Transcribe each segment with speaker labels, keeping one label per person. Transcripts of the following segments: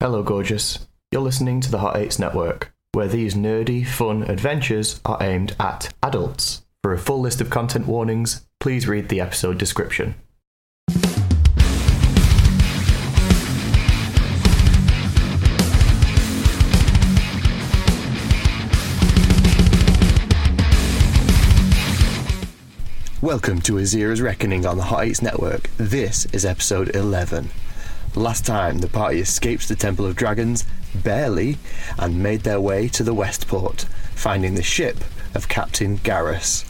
Speaker 1: Hello, gorgeous. You're listening to the Hot Eights Network, where these nerdy, fun adventures are aimed at adults. For a full list of content warnings, please read the episode description.
Speaker 2: Welcome to Azira's Reckoning on the Hot Eights Network. This is episode 11. Last time, the party escaped the Temple of Dragons, barely, and made their way to the West Port, finding the ship of Captain Garrus.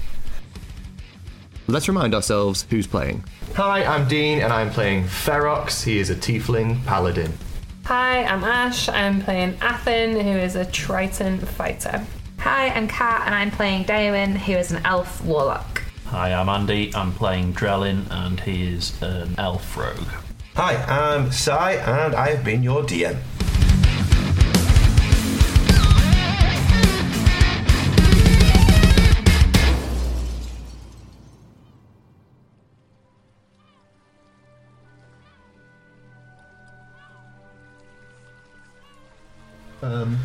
Speaker 2: Let's remind ourselves who's playing.
Speaker 1: Hi, I'm Dean, and I'm playing Ferox. He is a tiefling paladin.
Speaker 3: Hi, I'm Ash. I'm playing Athen, who is a Triton fighter.
Speaker 4: Hi, I'm Kat, and I'm playing Damon, who is an elf warlock.
Speaker 5: Hi, I'm Andy. I'm playing Drellin, and he is an elf rogue.
Speaker 6: Hi, I'm Sai, and I have been your DM.
Speaker 1: Um,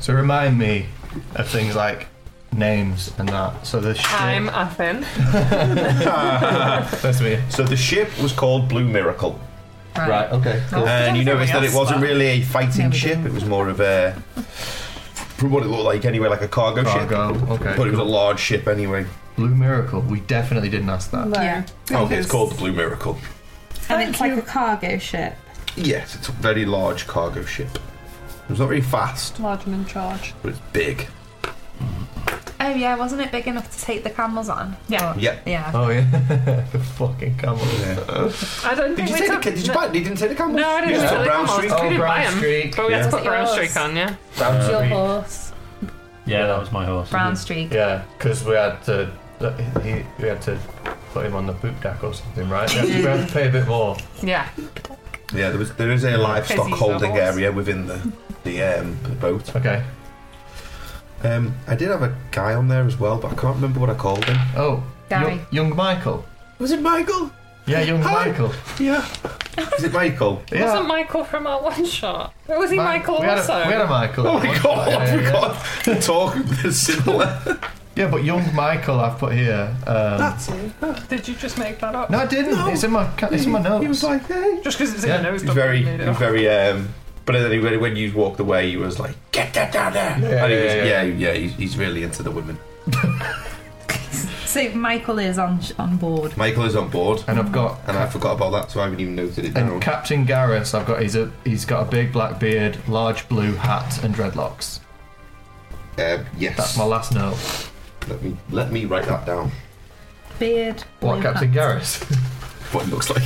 Speaker 1: So remind me of things like names and that. So the ship.
Speaker 3: I'm Athen.
Speaker 1: That's me.
Speaker 6: So the ship was called Blue Miracle,
Speaker 1: Right, okay. Cool.
Speaker 6: and you noticed that it wasn't really a fighting
Speaker 4: Never
Speaker 6: ship.
Speaker 4: did.
Speaker 6: It was more of a, from what it looked like anyway, like a cargo, ship.
Speaker 1: Cargo, okay,
Speaker 6: But it was a
Speaker 1: cool.
Speaker 6: large ship anyway.
Speaker 1: Blue Miracle. We definitely didn't ask that.
Speaker 4: Yeah.
Speaker 6: okay, it's called the Blue Miracle.
Speaker 7: And it's like a cargo ship.
Speaker 6: Yes, it's a very large cargo ship. It was not very fast,
Speaker 7: Large and in charge.
Speaker 6: but it's big.
Speaker 4: Oh yeah, wasn't it big enough to take the camels on? Yeah.
Speaker 6: Yeah.
Speaker 4: Yeah.
Speaker 1: Oh, yeah. the fucking camel.
Speaker 3: I don't
Speaker 6: Did
Speaker 3: think
Speaker 6: you
Speaker 3: we
Speaker 6: say the
Speaker 3: took-
Speaker 6: kid? Did you
Speaker 3: no,
Speaker 6: buy? You didn't say the camel.
Speaker 3: no, I didn't
Speaker 6: You just
Speaker 3: really
Speaker 6: took Brown
Speaker 3: come on.
Speaker 6: Street.
Speaker 3: We
Speaker 1: Oh,
Speaker 3: didn't
Speaker 1: Brown
Speaker 3: buy 'em.
Speaker 1: Street,
Speaker 3: But we had
Speaker 6: yeah.
Speaker 3: to put Brown
Speaker 4: Yours.
Speaker 3: Streak on, yeah.
Speaker 4: It's your horse,
Speaker 5: Yeah, that was my horse.
Speaker 4: Brown Streak.
Speaker 1: Yeah, because we had to he, we had to put him on the poop deck or something, right? We had to, we had to pay a bit more.
Speaker 3: Yeah.
Speaker 6: Yeah, there, was, there is a livestock
Speaker 3: he's a
Speaker 6: holding
Speaker 3: horse.
Speaker 6: area within the the, um, the boat.
Speaker 1: Okay.
Speaker 6: Um, I did have a guy on there as well, but I can't remember what I called him.
Speaker 1: Oh,
Speaker 4: Gary.
Speaker 1: Yo- young Michael.
Speaker 6: Was it Michael?
Speaker 1: Yeah, young
Speaker 6: Hi.
Speaker 1: Michael.
Speaker 6: Yeah. Is it Michael?
Speaker 1: Yeah.
Speaker 3: Wasn't Michael from our one shot? Or was he
Speaker 1: Mi-
Speaker 3: Michael
Speaker 1: we had
Speaker 3: also?
Speaker 1: A, we had a Michael.
Speaker 6: Oh my god,
Speaker 1: Yeah,
Speaker 6: I
Speaker 1: yeah.
Speaker 6: forgot. The talk is similar.
Speaker 1: Yeah, but young Michael I've put here. Um,
Speaker 3: Did you just make that up?
Speaker 1: no, I didn't. It's in my ca- it's in my notes.
Speaker 6: He was like, hey.
Speaker 3: Just because it's in
Speaker 1: Yeah,
Speaker 3: your nose.
Speaker 6: He's
Speaker 3: doesn't
Speaker 6: very,
Speaker 3: mean it.
Speaker 6: he's very, um, but then he- when, when you walked away, he was like, get that down there.
Speaker 1: Yeah,
Speaker 6: and he
Speaker 1: yeah,
Speaker 6: was,
Speaker 1: yeah.
Speaker 6: yeah, yeah, he's, he's really into the women.
Speaker 7: So Michael is on on board.
Speaker 6: Michael is on board,
Speaker 1: and I've got
Speaker 6: and I forgot about that, so I haven't even noted it
Speaker 1: and
Speaker 6: down.
Speaker 1: Captain Garrus. I've got he's a he's got a big black beard, large blue hat, and dreadlocks.
Speaker 6: Um, yes.
Speaker 1: That's my last note.
Speaker 6: let, me, let me write that down.
Speaker 7: Beard.
Speaker 1: What
Speaker 7: blue
Speaker 1: Captain
Speaker 7: hat.
Speaker 1: Garrus?
Speaker 6: What it looks like.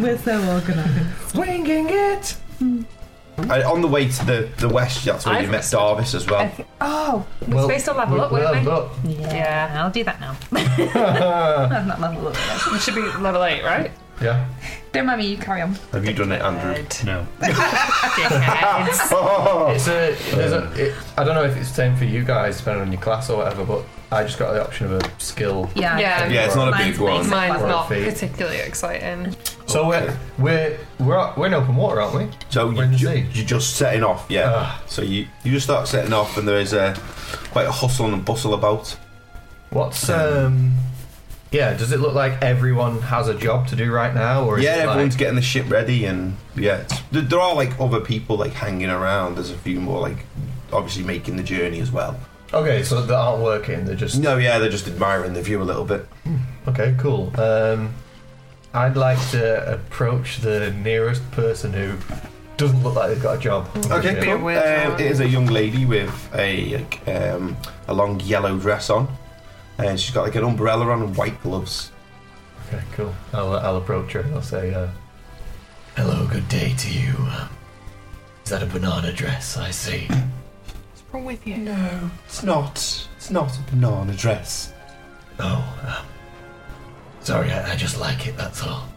Speaker 7: We're so organised.
Speaker 1: Winging it.
Speaker 6: and on the way to the, the west, that's where you
Speaker 3: I've-
Speaker 6: met Darvis as well.
Speaker 4: Oh.
Speaker 3: We're supposed to level up, weren't we?
Speaker 1: up.
Speaker 4: Yeah.
Speaker 7: I'll do that now. I'm not level up.
Speaker 3: We should be level 8, right?
Speaker 1: Yeah.
Speaker 7: Don't mind me. You carry on.
Speaker 6: Have you done it, Andrew?
Speaker 5: No.
Speaker 3: Dickheads.
Speaker 6: Oh,
Speaker 1: It's a, there's a it, I don't know if it's the same for you guys, depending on your class or whatever, but I just got the option of a skill.
Speaker 7: Yeah.
Speaker 3: Yeah.
Speaker 6: yeah, it's not a
Speaker 7: Mine's
Speaker 6: big one.
Speaker 7: amazing.
Speaker 3: Mine's not
Speaker 1: Feet.
Speaker 3: particularly exciting.
Speaker 1: So we're, we're, we're, out- we're in open water, aren't we?
Speaker 6: So
Speaker 1: We're in
Speaker 6: you,
Speaker 1: the
Speaker 6: you,
Speaker 1: sea.
Speaker 6: you're just setting off, yeah.
Speaker 1: Ah.
Speaker 6: So you you just start setting off, and there is a quite a hustle and bustle about.
Speaker 1: What's, um, yeah, does it look like everyone has a job to do right now? or is
Speaker 6: yeah,
Speaker 1: it like-
Speaker 6: everyone's getting the ship ready, and yeah, it's, there, there are like other people like hanging around. There's a few more like obviously making the journey as well.
Speaker 1: Okay, so they aren't working, they're just.
Speaker 6: No, yeah, they're just admiring the view a little bit.
Speaker 1: Okay, cool. Um, I'd like to approach the nearest person who doesn't look like they've got a job.
Speaker 6: Okay,
Speaker 3: Be a
Speaker 6: cool.
Speaker 3: weird
Speaker 6: Um,
Speaker 3: one.
Speaker 6: it is a young lady with a like, um, a long yellow dress on, and she's got like an umbrella on and white gloves.
Speaker 1: Okay, cool. I'll, uh, I'll approach her and I'll say, uh, Hello, good day to you. Um, Is that a banana dress? I see.
Speaker 3: What's wrong with you?
Speaker 6: No, it's not. It's not a banana dress.
Speaker 1: Oh, um, sorry, I, I just like it, that's all.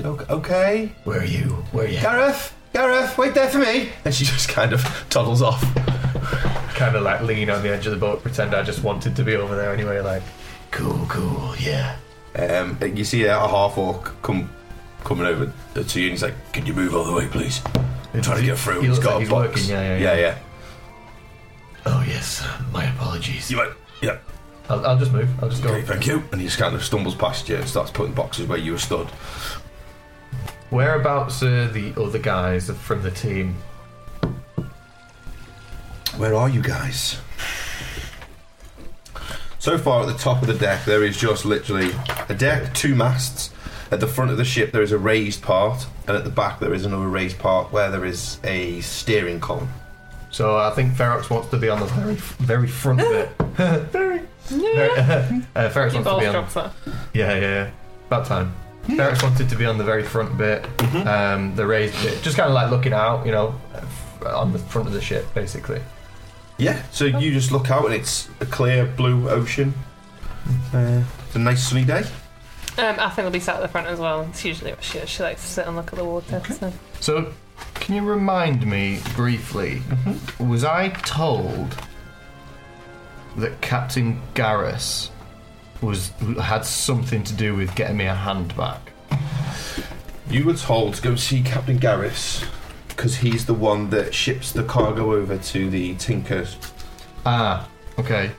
Speaker 6: Okay. okay.
Speaker 1: Where are you? Where are you?
Speaker 6: Gareth, Gareth, wait there for me. And she just kind of toddles off.
Speaker 1: Kind of like lean on the edge of the boat, pretend I just wanted to be over there anyway, like, cool, cool, yeah.
Speaker 6: Um, you see a half orc come coming over to you and he's like, Can you move all the way, please? I'm trying to get through.
Speaker 1: He
Speaker 6: has
Speaker 1: looks
Speaker 6: got
Speaker 1: like
Speaker 6: a
Speaker 1: he's
Speaker 6: box.
Speaker 1: working, yeah, yeah,
Speaker 6: yeah.
Speaker 1: yeah. Oh yes, my apologies.
Speaker 6: You're like, Yeah,
Speaker 1: I'll, I'll just move. I'll just go.
Speaker 6: okay, thank you. And he just kind of stumbles past you and starts putting boxes where you were stood.
Speaker 1: Whereabouts are the other guys from the team?
Speaker 6: Where are you guys? So far, at the top of the deck, there is just literally a deck, two masts. At the front of the ship, there is a raised part, and at the back, there is another raised part where there is a steering column.
Speaker 1: So I think Ferox wants to be on the very, very front bit. very. very- uh, Ferox wants
Speaker 3: You
Speaker 1: to
Speaker 3: both
Speaker 1: be on.
Speaker 3: drops that.
Speaker 1: Yeah, yeah, yeah. About time. Ferox wanted to be on the very front bit, um, the raised bit, just kind of like looking out, you know, f- on the front of the ship, basically.
Speaker 6: Yeah, so you just look out, and it's a clear blue ocean. Uh, it's a nice sunny day.
Speaker 3: Um, Athen will be sat at the front as well. It's usually what she She likes to sit and look at the water. So.
Speaker 1: So, can you remind me briefly? Was I told that Captain Garrus was had something to do with getting me a hand back?
Speaker 6: You were told to go see Captain Garris because he's the one that ships the cargo over to the Tinkers.
Speaker 1: Ah, okay.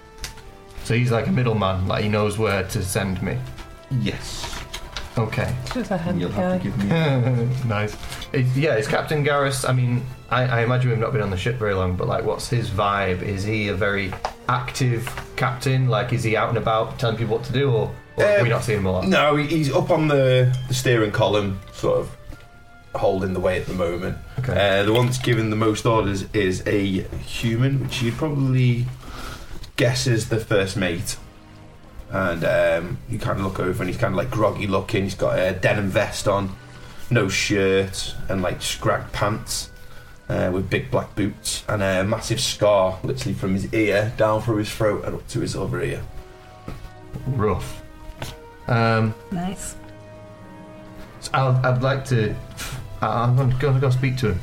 Speaker 1: So he's like a middleman, like he knows where to send me.
Speaker 6: Yes.
Speaker 1: Okay,
Speaker 3: She's a handy
Speaker 5: You'll have
Speaker 3: guy.
Speaker 5: to give me.
Speaker 1: nice. It, yeah, it's Captain Garrus. I mean, I, I imagine we've not been on the ship very long, but like, what's his vibe? Is he a very active captain? Like, is he out and about telling people what to do, or, or have
Speaker 6: Um,
Speaker 1: we not seen him a lot?
Speaker 6: No, he- he's up on the, the steering column, sort of holding the way at the moment.
Speaker 1: Okay.
Speaker 6: Uh, the one that's given the most orders is a human, which you'd probably guess is the first mate. And um, you kind of look over, and he's kind of like groggy looking. He's got a denim vest on, no shirt, and like scrag pants uh, with big black boots, and a massive scar, literally from his ear down through his throat and up to his other ear.
Speaker 1: rough. Um,
Speaker 7: Nice.
Speaker 1: so I'll, I'd like to. I- I'm going to go speak to him.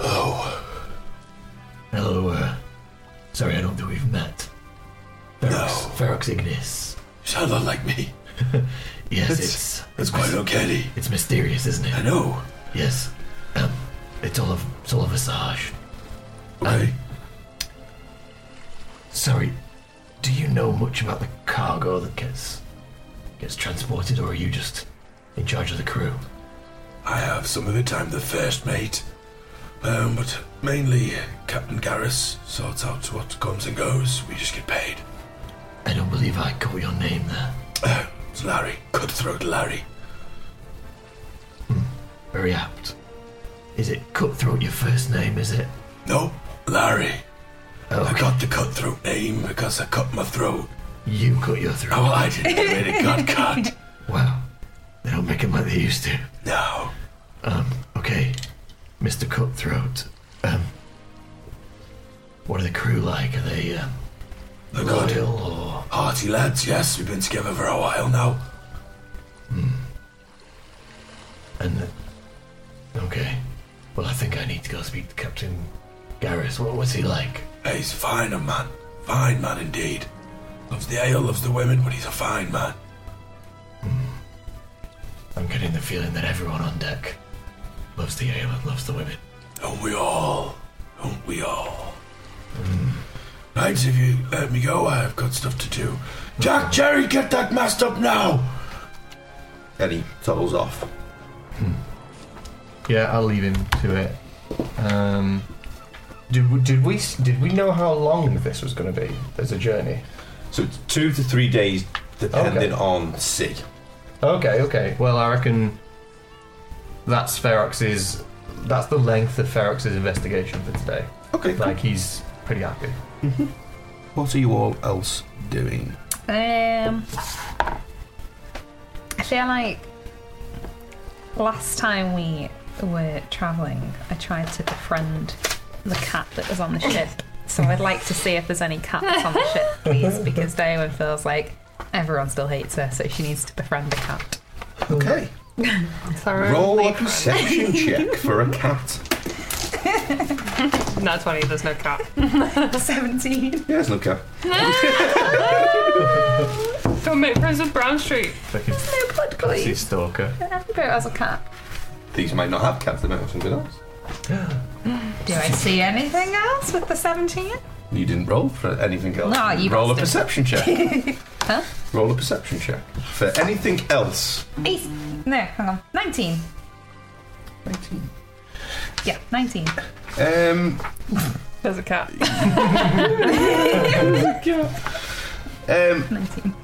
Speaker 8: Oh. Hello, uh, sorry, I don't think we've met. Ferox, Ferox Ignis.
Speaker 6: Sound a lot like me.
Speaker 8: Yes,
Speaker 6: That's-
Speaker 8: it's
Speaker 6: That's quite uncanny.
Speaker 8: it's mysterious, isn't it?
Speaker 6: know.
Speaker 8: Yes. Um, it's all of it's all a visage.
Speaker 6: Okay.
Speaker 8: Sorry, do you know much about the cargo that gets gets transported, or are you just in charge of the crew?
Speaker 6: I have some of it. I'm the first mate. Um, but mainly Captain Garris sorts out what comes and goes. We just get paid.
Speaker 8: I don't believe I caught your name there.
Speaker 6: It's Larry, cutthroat Larry.
Speaker 8: Very apt. Is it Cutthroat your first name, is it?
Speaker 6: No, Larry.
Speaker 8: Oh,
Speaker 6: I got the cutthroat name because I cut my throat.
Speaker 8: you cut your
Speaker 6: Oh,
Speaker 8: throat.
Speaker 6: well, I didn't. I made it got cut.
Speaker 8: Wow. They don't make them like they used to.
Speaker 6: No.
Speaker 8: Um, okay. Mr. Cutthroat, um, what are the crew like? Are they, um,
Speaker 6: They're good.
Speaker 8: loyal or...
Speaker 6: Hearty lads, yes. We've been together for a while now.
Speaker 8: And, okay. Well, I think I need to go speak to Captain Garrus. What was he like?
Speaker 6: Hey, he's a fine man. Fine man indeed. Loves the ale, loves the women, but he's a fine man.
Speaker 8: I'm getting the feeling that everyone on deck loves the ale and loves the women.
Speaker 6: Don't we all? Don't we all? Right, if you let me go, I've got stuff to do. Jack, Jerry, get that mast up now! And he toddles off.
Speaker 1: Yeah, I'll leave him to it. Um, did, we- did we did we know how long this was going to be as a journey?
Speaker 6: So it's two to three days,
Speaker 1: depending
Speaker 6: on sea.
Speaker 1: Okay, okay. Well, I reckon that's Ferox's. That's the length of Ferox's investigation for today.
Speaker 6: Okay.
Speaker 1: Like he's pretty happy.
Speaker 6: What are you all else doing?
Speaker 7: Um, I feel like last time we were travelling, I tried to befriend the cat that was on the ship. So I'd like to see if there's any cats on the ship, please, because Damon feels like everyone still hates her, so she needs to befriend a cat.
Speaker 6: Okay.
Speaker 3: Sorry.
Speaker 6: Roll a perception check for a cat.
Speaker 3: Not 20, there's no cat.
Speaker 7: 17.
Speaker 6: Yeah, there's no cat.
Speaker 3: Don't make friends with Brown Street.
Speaker 1: Like he's-
Speaker 7: No blood
Speaker 8: Classy
Speaker 7: please.
Speaker 8: stalker.
Speaker 7: Remember it as a cat.
Speaker 6: These might not have cats, they might have something else.
Speaker 7: Do I see anything else with the 17?
Speaker 6: You didn't roll for anything else.
Speaker 7: No, you
Speaker 6: roll a
Speaker 7: bastard.
Speaker 6: perception check. Roll a perception check for anything else.
Speaker 7: Eight. No, hang on. 19.
Speaker 6: 19.
Speaker 7: Yeah, 19.
Speaker 6: Um,
Speaker 3: There's a cat.
Speaker 6: um,
Speaker 7: 19.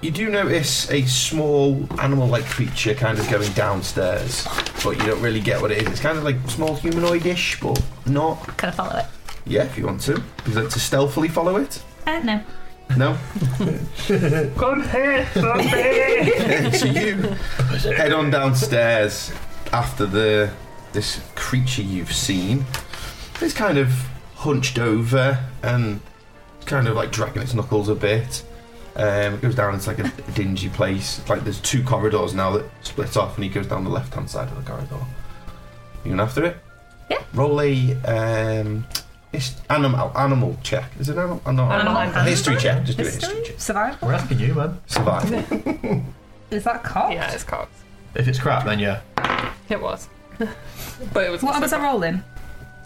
Speaker 6: You do notice a small animal like creature kind of going downstairs, but you don't really get what it is. It's kind of like small humanoid ish, but not.
Speaker 7: Can I follow it?
Speaker 6: Yeah, if you want to. Would you like to stealthily follow it?
Speaker 7: Uh, no.
Speaker 6: No? Come here, so you head on downstairs after the this creature you've seen. It's kind of hunched over and kind of like dragging its knuckles a bit. Um, it goes down into like a dingy place. Like there's two corridors now that split off, and he goes down the left hand side of the corridor. You going after it?
Speaker 7: Yeah.
Speaker 6: Roll a um, hist- animal animal check. Is it animal? Oh, No,
Speaker 3: Animal
Speaker 6: a history check. Just do a history
Speaker 9: History?
Speaker 6: check.
Speaker 9: Survival?
Speaker 1: We're asking you, man.
Speaker 6: Survive.
Speaker 9: Is that cocked?
Speaker 3: yeah, it's cocked.
Speaker 1: If it's crap, then yeah.
Speaker 3: It was. but it was.
Speaker 9: What
Speaker 3: also
Speaker 9: was I rolling?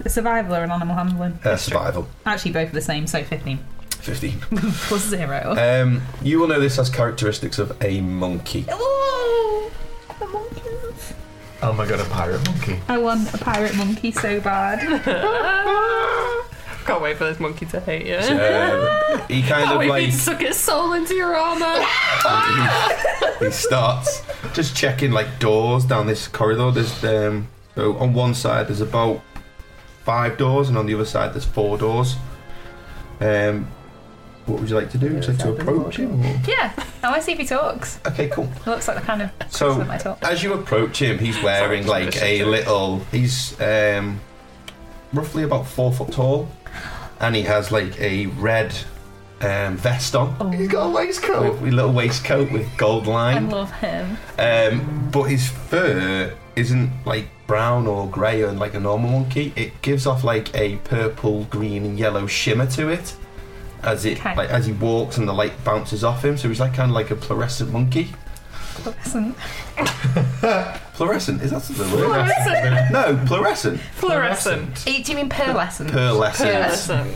Speaker 9: A survival or an animal handling?
Speaker 6: Uh, survival.
Speaker 9: Actually, both are the same, so 15.
Speaker 6: Fifteen.
Speaker 9: Plus zero.
Speaker 6: Um, you will know this as characteristics of a monkey.
Speaker 1: Uh,
Speaker 9: Ooh, the monkeys.
Speaker 1: Oh my god, a pirate monkey.
Speaker 9: I want a pirate monkey so bad.
Speaker 3: "Ah!" Can't wait for this monkey to hate you.
Speaker 6: Um, he kind
Speaker 3: Can't wait
Speaker 6: of
Speaker 3: for you
Speaker 6: like
Speaker 3: to suck its soul into your armor.
Speaker 6: he starts just checking like doors down this corridor. There's um, so on one side there's about five doors, and on the other side there's four doors. Um, what would you like to do? Would you like to approach him? or-
Speaker 7: Yeah, I want to see if he talks.
Speaker 6: Okay, cool.
Speaker 7: It looks like the kind of
Speaker 1: Oh.
Speaker 6: So
Speaker 7: person I talk.
Speaker 6: as you approach him, he's wearing like a little. He's um, roughly about four foot tall, and he has like a red um, vest on.
Speaker 1: He's got a waistcoat.
Speaker 6: with a little waistcoat with gold
Speaker 7: I
Speaker 6: line.
Speaker 7: love him.
Speaker 6: Um, but his fur isn't like brown or grey or like a normal monkey. It gives off like a purple, green, and yellow shimmer to it as it
Speaker 7: Okay.
Speaker 6: like as he walks and the light bounces off him. So he's like kind of like a fluorescent monkey.
Speaker 7: Listen.
Speaker 6: Fluorescent is that the word? no, fluorescent.
Speaker 3: Fluorescent.
Speaker 7: Eh, Do you mean pearlescent?
Speaker 6: Pearlescent.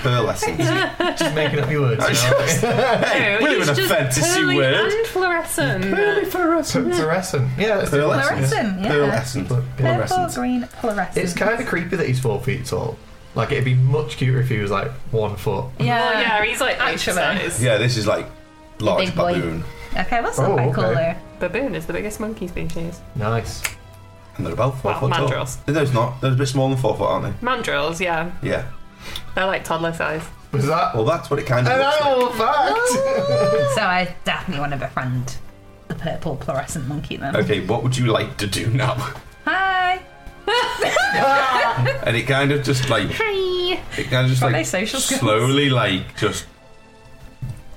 Speaker 3: Fluorescent.
Speaker 6: Pearlescent.
Speaker 1: Just making up your words.
Speaker 6: I
Speaker 1: you know?
Speaker 6: just- hey, we're
Speaker 3: He's
Speaker 6: living a
Speaker 3: just
Speaker 6: fantasy
Speaker 3: pearly
Speaker 6: word.
Speaker 3: And fluorescent.
Speaker 1: Fluorescent. Fluorescent. Yeah, that's it.
Speaker 6: Pearlescent.
Speaker 9: Fluorescent, yeah.
Speaker 6: Pearlescent.
Speaker 9: Purple,
Speaker 6: Fluorescent.
Speaker 9: green, fluorescent.
Speaker 1: It's kind of creepy that he's four feet tall. Like, it'd be much cuter if he was like one foot.
Speaker 9: yeah.
Speaker 3: Well, yeah, he's like
Speaker 9: Actually.
Speaker 3: exercise.
Speaker 6: Yeah, this is like large
Speaker 7: Big boy.
Speaker 6: baboon,
Speaker 9: Okay, that's not
Speaker 1: Oh,
Speaker 9: quite cool
Speaker 1: okay.
Speaker 9: though.
Speaker 3: Baboon is the biggest monkey species.
Speaker 1: Nice.
Speaker 6: and they're about four
Speaker 3: Well,
Speaker 6: foot tall.
Speaker 3: mandrills.
Speaker 6: No, it's not. They're a bit smaller than four foot, aren't
Speaker 3: Mandrills, yeah.
Speaker 6: they? Yeah.
Speaker 3: They're like toddler size.
Speaker 1: Was that
Speaker 6: Well, Oh, that's what it kind of
Speaker 1: an
Speaker 6: looks like.
Speaker 1: animal fact?
Speaker 9: So I definitely want to befriend the purple fluorescent monkey
Speaker 1: Oh.
Speaker 9: then.
Speaker 6: Okay, what would you like to do now?
Speaker 9: Hi.
Speaker 6: And it kind of just like
Speaker 7: Hi.
Speaker 6: it kind of just
Speaker 9: they
Speaker 6: like
Speaker 9: social skills?
Speaker 6: slowly like just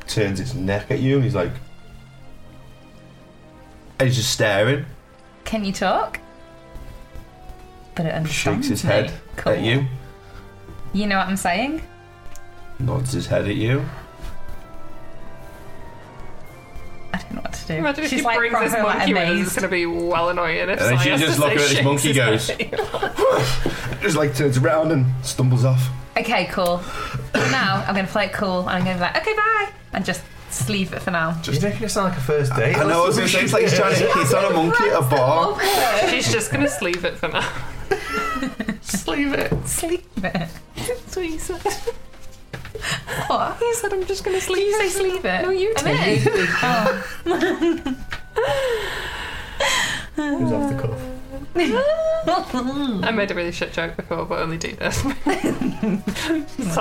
Speaker 6: turns its neck at you, and he's like, and he's just staring,
Speaker 9: Can you talk? But it understands
Speaker 6: shakes his
Speaker 9: me.
Speaker 6: head
Speaker 9: Cool.
Speaker 6: at you,
Speaker 9: You know what I'm saying?
Speaker 6: nods his head at you.
Speaker 9: I don't know what to do.
Speaker 3: Imagine if
Speaker 9: She's
Speaker 3: she
Speaker 9: like
Speaker 3: brings
Speaker 9: from
Speaker 3: this
Speaker 9: her, like,
Speaker 3: monkey with us, it's
Speaker 9: amazed.
Speaker 3: going to be well annoying. If
Speaker 6: And then
Speaker 3: Si
Speaker 6: she
Speaker 3: has
Speaker 6: just
Speaker 3: to
Speaker 6: look
Speaker 3: say
Speaker 6: at this
Speaker 3: shakes
Speaker 6: monkey
Speaker 3: his
Speaker 6: goes.
Speaker 3: head.
Speaker 6: Just like turns around and stumbles off.
Speaker 9: Okay, cool. now I'm gonna play it cool and I'm gonna be like, okay, bye, and just leave it for now.
Speaker 1: Just making it sound like a first date.
Speaker 6: I know. I was gonna say it's like he's trying to hit on a monkey at a bar.
Speaker 3: She's just going to sleeve it for now.
Speaker 1: Just leave it.
Speaker 9: Sleep it.
Speaker 3: That's what you said.
Speaker 9: What?
Speaker 3: You said I'm just going to sleeve
Speaker 9: You say
Speaker 3: it.
Speaker 9: sleep it.
Speaker 3: No, you
Speaker 9: I
Speaker 3: did.
Speaker 9: mean, Oh.
Speaker 1: It was off the cuff.
Speaker 3: I made a really shit joke before, but only do this. so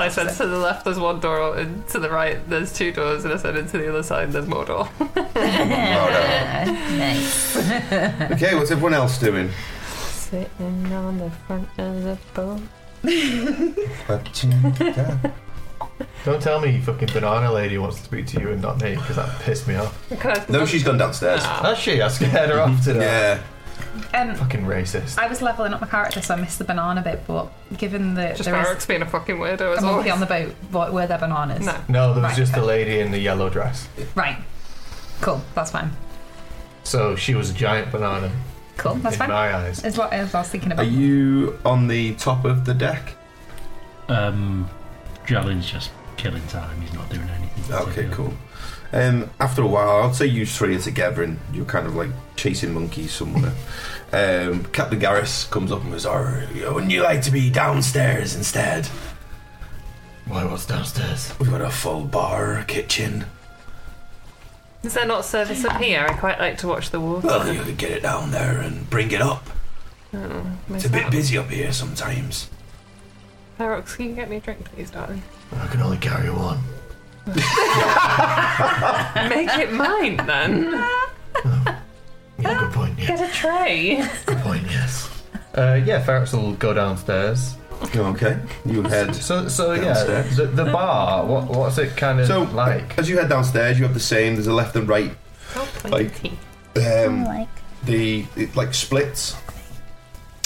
Speaker 3: I said to the left there's one door, and to the right there's two doors, and I said and to the other side there's more door.
Speaker 6: Okay, what's everyone else doing?
Speaker 3: Sitting on the front of the boat.
Speaker 1: Don't tell me fucking banana lady wants to speak to you and not me, because that pissed me off.
Speaker 6: No, she's gone downstairs.
Speaker 3: Ah. Oh,
Speaker 1: That's she. I scared her off today.
Speaker 6: Yeah.
Speaker 9: um,
Speaker 1: Fucking racist.
Speaker 9: I was leveling up my character, so I missed the banana bit. But given that
Speaker 3: Just
Speaker 9: there
Speaker 3: Barracks
Speaker 9: is
Speaker 3: being a fucking weirdo
Speaker 9: a
Speaker 3: as
Speaker 9: monkey
Speaker 3: always.
Speaker 9: on the boat, what, were there bananas?
Speaker 3: No.
Speaker 1: No, there was
Speaker 9: Right,
Speaker 1: just a
Speaker 9: okay.
Speaker 1: lady in the yellow dress.
Speaker 9: Right. Cool. That's fine.
Speaker 1: So she was a giant banana
Speaker 7: Cool, that's
Speaker 1: in
Speaker 7: fine.
Speaker 1: my eyes.
Speaker 7: Is what I was thinking
Speaker 6: Are
Speaker 7: about.
Speaker 6: you on the top of the deck?
Speaker 5: Um, Jalen's just killing time. He's not doing anything.
Speaker 6: Okay,
Speaker 5: particular.
Speaker 6: cool. Um, after a while, I'll say you three are together and you're kind of like chasing monkeys somewhere. um, Captain Garris comes up and goes, oh, wouldn't you like to be downstairs instead?
Speaker 1: Why, what's downstairs?
Speaker 6: We've got a full bar, kitchen.
Speaker 3: Is there not service up here? I quite like to watch the water.
Speaker 6: Well, you could get it down there and bring it up.
Speaker 3: Oh,
Speaker 6: It's a bit busy up here sometimes.
Speaker 3: Ferox, can you get me a drink, please, darling?
Speaker 1: I can only carry one.
Speaker 3: Make it mine then.
Speaker 7: Ah.
Speaker 1: Yeah, good point. Yeah,
Speaker 3: Get a tray.
Speaker 1: good point. Yes. Uh, yeah, Ferrex will go downstairs.
Speaker 6: Okay, you head.
Speaker 1: So, so yeah,
Speaker 6: Downstairs.
Speaker 1: the, the bar. What, what's it kind of
Speaker 6: So,
Speaker 1: like?
Speaker 6: as you head downstairs, you have the same. There's a left and right.
Speaker 3: Oh,
Speaker 6: Like, um,
Speaker 10: Like,
Speaker 6: the it like splits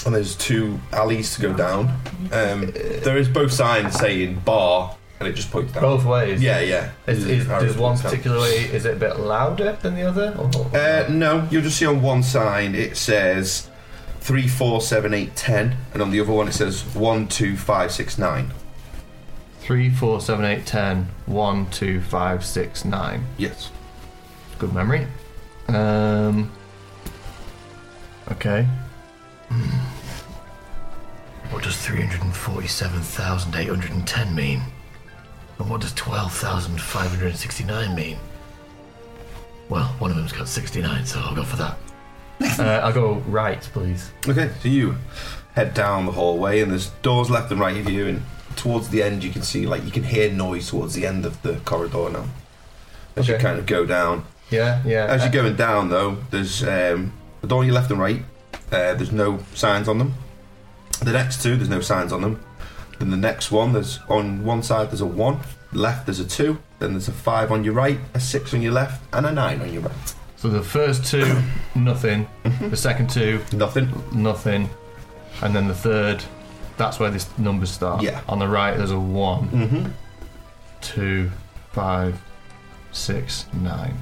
Speaker 6: and there's two alleys to go down um, there is both signs saying bar and it just points down
Speaker 1: Both ways.
Speaker 6: yeah yeah
Speaker 1: Is, is,
Speaker 6: Arrow
Speaker 1: does one
Speaker 6: points down.
Speaker 1: particular way? Is it a bit louder than the other? Or, or-
Speaker 6: uh, no you'll just see on one sign it says three, four, seven, eight, ten, and on the other one it says one, two, five, six, nine.
Speaker 1: Three, four, seven, eight, ten. One, two, five, six, nine.
Speaker 6: yes
Speaker 1: Good memory. Um. Okay. What does 347,810 mean? And what does 12,569 mean? Well, one of them's got 69, so I'll go for that. uh, I'll go right, please.
Speaker 6: okay so you head down the hallway and there's doors left and right of you and towards the end you can see like you can hear noise towards the end of the corridor now as you
Speaker 1: Okay.
Speaker 6: kind of go down
Speaker 1: Yeah, yeah.
Speaker 6: As
Speaker 1: uh,
Speaker 6: you're going down, though, there's um, the door on your left and right. Uh, there's no signs on them. The next two, there's no signs on them. Then the next one, there's on one side there's a one, left there's a two, then there's a five on your right, a six on your left, and a nine on your right.
Speaker 1: So the first two, nothing. the second two,
Speaker 6: Nothing.
Speaker 1: nothing. And then the third, that's where this numbers start.
Speaker 6: Yeah.
Speaker 1: On the right, there's a one.
Speaker 6: Mm-hmm.
Speaker 1: two, five, six, nine.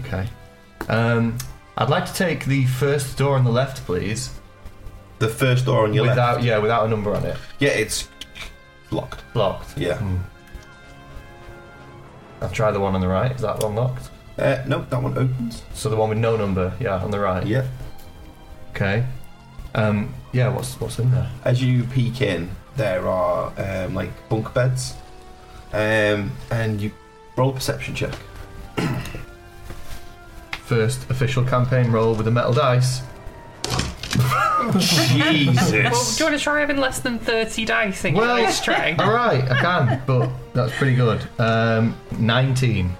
Speaker 1: Okay. Um, I'd like to take the first door on the left, please.
Speaker 6: The first door on your
Speaker 1: without,
Speaker 6: left.
Speaker 1: yeah, without a number on it.
Speaker 6: Yeah, it's locked.
Speaker 1: Locked.
Speaker 6: Yeah.
Speaker 1: Hmm. I'll try the one on the right. Is that one locked?
Speaker 6: Uh, nope, that one opens.
Speaker 1: So the one with no number, yeah, on the right.
Speaker 6: Yeah.
Speaker 1: Okay. Um, yeah, what's what's in there?
Speaker 6: As you peek in, there are um, like bunk beds, um, and you roll a perception check.
Speaker 1: First official campaign roll with a metal dice.
Speaker 3: Well,
Speaker 6: Jesus.
Speaker 3: do you want to try having less than 30 dice in your
Speaker 1: Well-
Speaker 3: dice tray?
Speaker 1: All right, I can, but that's pretty good. Um, Nineteen.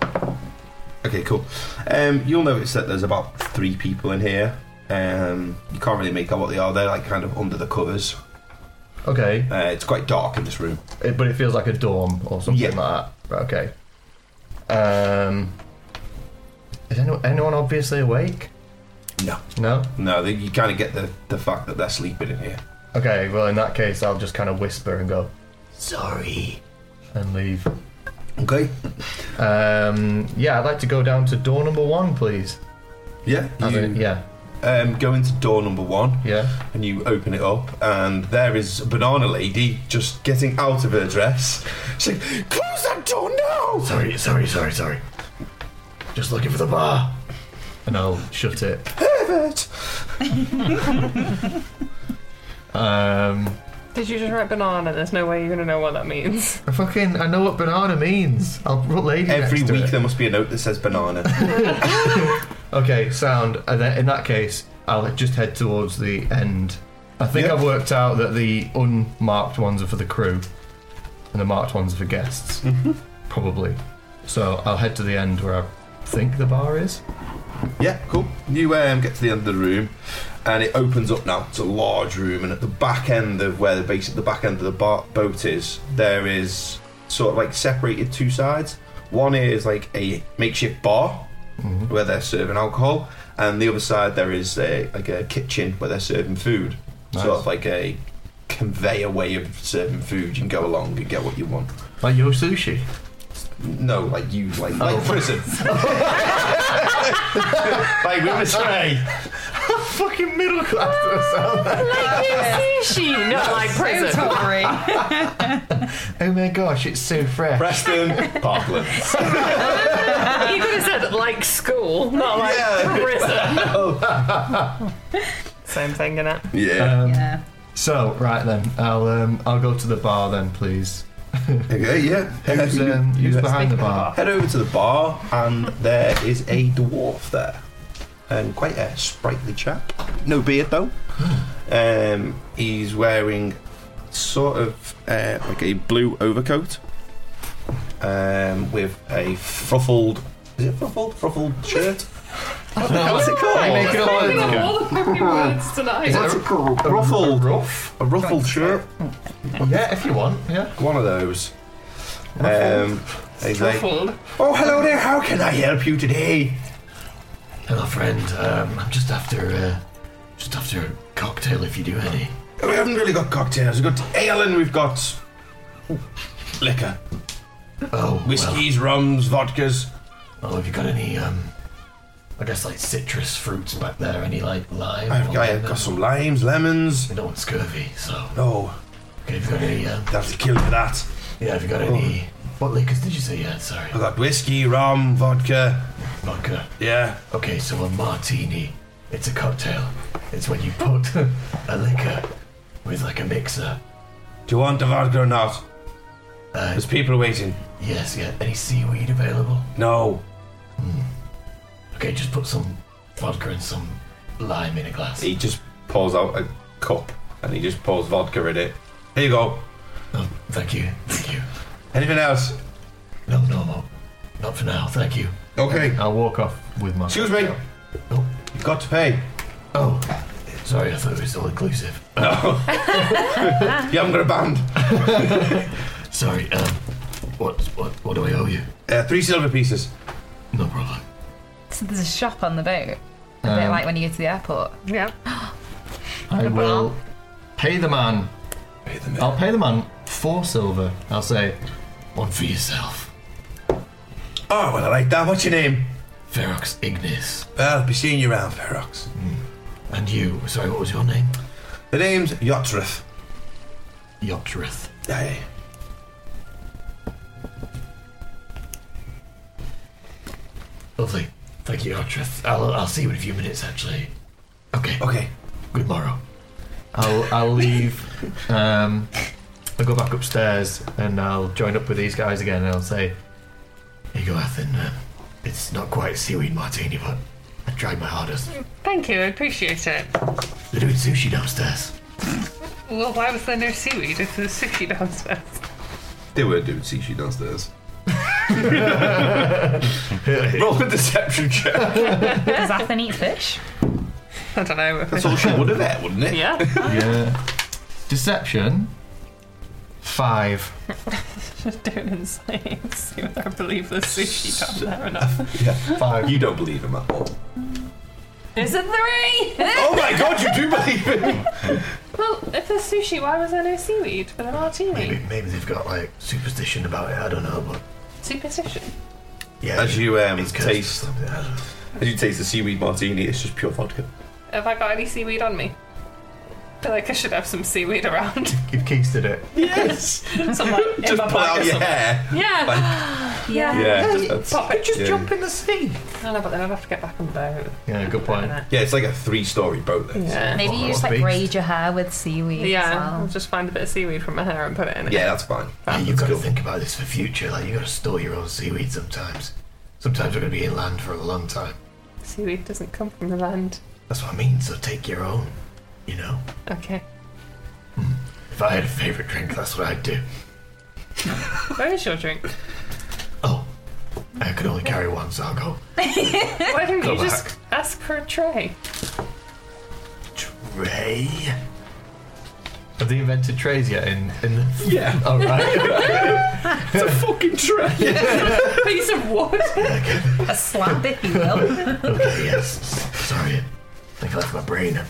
Speaker 6: Okay, cool. Um, you'll notice that there's about three people in here. Um, you can't really make out what they are. They're like kind of under the covers.
Speaker 1: Okay,
Speaker 6: Uh, it's quite dark in this room.
Speaker 1: It- but it feels like a dorm or something
Speaker 6: Yeah.
Speaker 1: like that. Right, okay. Um, is anyone, anyone obviously awake?
Speaker 6: No,
Speaker 1: No.
Speaker 6: no, they, you kind of get the, the fact that they're sleeping in here.
Speaker 1: Okay. Well, in that case, I'll just kind of whisper and go, "Sorry," and leave.
Speaker 6: Okay.
Speaker 1: Um, yeah, I'd like to go down to door number one, please.
Speaker 6: Yeah.
Speaker 1: As in-
Speaker 6: You
Speaker 1: yeah,
Speaker 6: um, go into door number one
Speaker 1: yeah.
Speaker 6: and you open it up, and there is a banana lady just getting out of her dress. She's like, "Close that door now!"
Speaker 1: Sorry, sorry, sorry, sorry. Just looking for the bar. And I'll shut it.
Speaker 6: Pervert.
Speaker 1: Um,
Speaker 3: Did you just write banana? There's no way you're going to know what that means.
Speaker 1: I fucking I know what banana means. I'll put lady
Speaker 6: Every
Speaker 1: next to
Speaker 6: week
Speaker 1: it.
Speaker 6: there must be a note that says banana.
Speaker 1: Okay, sound. And then in that case, I'll just head towards the end. I think
Speaker 6: Yeah.
Speaker 1: I've worked out that the unmarked ones are for the crew, and the marked ones are for guests,
Speaker 6: Mm-hmm.
Speaker 1: probably. So I'll head to the end where I think the bar is.
Speaker 6: Yeah, cool. You um, get to the end of the room, and it opens up now. It's a large room, and at the back end of where the basic the back end of the bar- boat is, there is sort of like separated two sides. One is like a makeshift bar where they're serving alcohol, and the other side there is a, like a kitchen where they're serving food. Sort of like a conveyor way of serving food. You can go along and get what you want.
Speaker 1: Like your sushi.
Speaker 6: No, like you, like, like prison. like we were saying,
Speaker 1: Fucking middle class to herself.
Speaker 3: Sushi, not like prison.
Speaker 1: Oh my gosh, it's so fresh.
Speaker 6: Preston Parkland.
Speaker 3: He could have said like school, not like prison.
Speaker 6: Oh.
Speaker 3: Same thing, innit?
Speaker 1: Um,
Speaker 6: Yeah.
Speaker 7: Yeah.
Speaker 1: So right then, I'll um, I'll go to the bar then, please.
Speaker 6: okay, yeah.
Speaker 1: Who's, um, who's behind the bar?
Speaker 6: Head over to the bar, and there is a dwarf there, and quite a sprightly chap. No beard though.
Speaker 1: Hmm.
Speaker 6: Um, he's wearing sort of uh, like a blue overcoat, um, with a fruffled. Is it fruffled? Fruffled shirt. What the hell is it called?
Speaker 3: tonight.
Speaker 1: Is it a-
Speaker 6: Ruffled.
Speaker 1: a ruff?
Speaker 6: A ruffled shirt.
Speaker 1: Yeah, if you want. Yeah.
Speaker 6: One of those. Um, he's like, oh hello there. How can I help you today?
Speaker 1: Hello, friend. Um, I'm just after uh, just after a cocktail, if you do any.
Speaker 6: We haven't really got cocktails. We've got ale and we've got liquor,
Speaker 1: Oh,
Speaker 6: whiskies, rums, vodkas.
Speaker 1: Well, oh, have you got any? Um, I guess like citrus fruits back there. Any like lime?
Speaker 6: I've
Speaker 1: or
Speaker 6: got, I've
Speaker 1: lemon?
Speaker 6: got some limes, lemons.
Speaker 1: We don't want scurvy, so
Speaker 6: No,
Speaker 1: okay, have you got any? Um,
Speaker 6: that's a kill for that.
Speaker 1: yeah, have you got any? What liquors did you say? Yeah, sorry,
Speaker 6: I've got whiskey, rum, vodka.
Speaker 1: vodka.
Speaker 6: Yeah.
Speaker 1: Okay, so a martini. It's a cocktail. It's when you put a liquor with like a mixer.
Speaker 6: Do you want the vodka or not?
Speaker 1: Uh,
Speaker 6: There's people waiting.
Speaker 1: yes, yeah. Any seaweed available?
Speaker 6: No.
Speaker 1: Okay, just put some vodka and some lime in a glass.
Speaker 6: He just pours out a cup and he just pours vodka in it. Here you go.
Speaker 1: Oh, thank you, thank you.
Speaker 6: Anything else?
Speaker 1: No, no, no, not for now. Thank you.
Speaker 6: Okay.
Speaker 1: I'll walk off with my.
Speaker 6: Excuse me.
Speaker 1: Oh.
Speaker 6: You've got to pay.
Speaker 1: Oh, sorry, I thought it was all inclusive.
Speaker 6: No. you haven't got a band.
Speaker 1: Sorry, um, what, what, what do I owe you?
Speaker 6: Uh, three silver pieces.
Speaker 1: No problem.
Speaker 9: So there's a shop on the boat. A
Speaker 6: Um,
Speaker 9: bit like when you go to the airport.
Speaker 3: Yeah.
Speaker 1: I will pay the man.
Speaker 6: Pay them
Speaker 1: I'll pay the man four silver. I'll say, one for yourself.
Speaker 6: Oh, well, I like that. What's your name?
Speaker 1: Ferox Ignis.
Speaker 6: Well, I'll be seeing you around, Ferox.
Speaker 1: And you, sorry, what was your name?
Speaker 6: The name's Yotrith.
Speaker 1: Yoptrith.
Speaker 6: Aye.
Speaker 1: Lovely. Thank you, Yoptrith. I'll, I'll see you in a few minutes, actually. Okay,
Speaker 6: Okay.
Speaker 1: good morrow. I'll, I'll leave. Um, I'll go back upstairs and I'll join up with these guys again and I'll say, Here you go, Athen. Um, it's not quite seaweed martini, but I tried my hardest.
Speaker 3: Thank you, I appreciate it.
Speaker 1: They're doing sushi downstairs.
Speaker 3: Well, why was there no seaweed if there's sushi downstairs?
Speaker 6: They were doing sushi downstairs.
Speaker 1: Roll
Speaker 6: Roll a deception check.
Speaker 9: Does Athen eat fish?
Speaker 3: I don't know.
Speaker 6: That's all she would have had, wouldn't it?
Speaker 3: Yeah.
Speaker 1: Yeah. Deception. Five.
Speaker 3: Just doing insane. See whether I believe there's sushi down there or not.
Speaker 1: Five.
Speaker 6: You don't believe him at all.
Speaker 3: Is it three?
Speaker 6: oh my god, you do believe him!
Speaker 3: well, if there's sushi, why was there no seaweed for the martini?
Speaker 1: Maybe, maybe they've got like superstition about it. I don't know, but
Speaker 3: Superstition.
Speaker 1: yeah.
Speaker 6: As you um,
Speaker 1: it's cursed or
Speaker 6: taste,
Speaker 1: something, I don't know.
Speaker 6: as you taste the seaweed martini, it's just pure vodka.
Speaker 3: Have I got any seaweed on me? I feel like I should have some seaweed around.
Speaker 1: You've keysted it.
Speaker 6: Yes.
Speaker 3: Some, like, in
Speaker 6: just
Speaker 3: my
Speaker 6: pull
Speaker 3: bag or
Speaker 6: out your
Speaker 3: something.
Speaker 6: hair.
Speaker 3: Yeah.
Speaker 9: Yeah.
Speaker 6: Yeah. that's-
Speaker 3: Pop it.
Speaker 6: Just Yeah. jump
Speaker 1: in the sea.
Speaker 3: No, no, but then I'd have to get back on boat.
Speaker 1: Yeah, good point.
Speaker 6: yeah, it's like a three-story boat. Then.
Speaker 3: Yeah.
Speaker 9: Maybe you
Speaker 1: Well,
Speaker 9: just
Speaker 1: that
Speaker 9: like
Speaker 1: would be-
Speaker 9: braid your hair with seaweed as
Speaker 3: Yeah, I'll
Speaker 9: well.
Speaker 3: just find a bit of seaweed from my hair and put it in it.
Speaker 6: Yeah, that's fine.
Speaker 1: Yeah,
Speaker 6: That's
Speaker 1: Ah, you've got to
Speaker 6: cool.
Speaker 1: think about this for future. Like you got to store your own seaweed sometimes. Sometimes we're going to be inland for a long time.
Speaker 3: Seaweed doesn't come from the land.
Speaker 1: That's what I mean. So take your own. You know,
Speaker 3: Okay.
Speaker 1: if I had a favorite drink, that's what I'd do.
Speaker 3: Where is your drink?
Speaker 1: Oh, I could only carry one, so I'll go.
Speaker 3: Why don't
Speaker 1: Go
Speaker 3: you just ask for a tray?
Speaker 1: Tray. Have they invented trays yet? In in the
Speaker 6: Yeah.
Speaker 1: all right.
Speaker 6: It's a fucking tray.
Speaker 3: Piece of wood?
Speaker 9: A slap, if you will.
Speaker 1: okay. Yes. Sorry. I think I left my brain uh,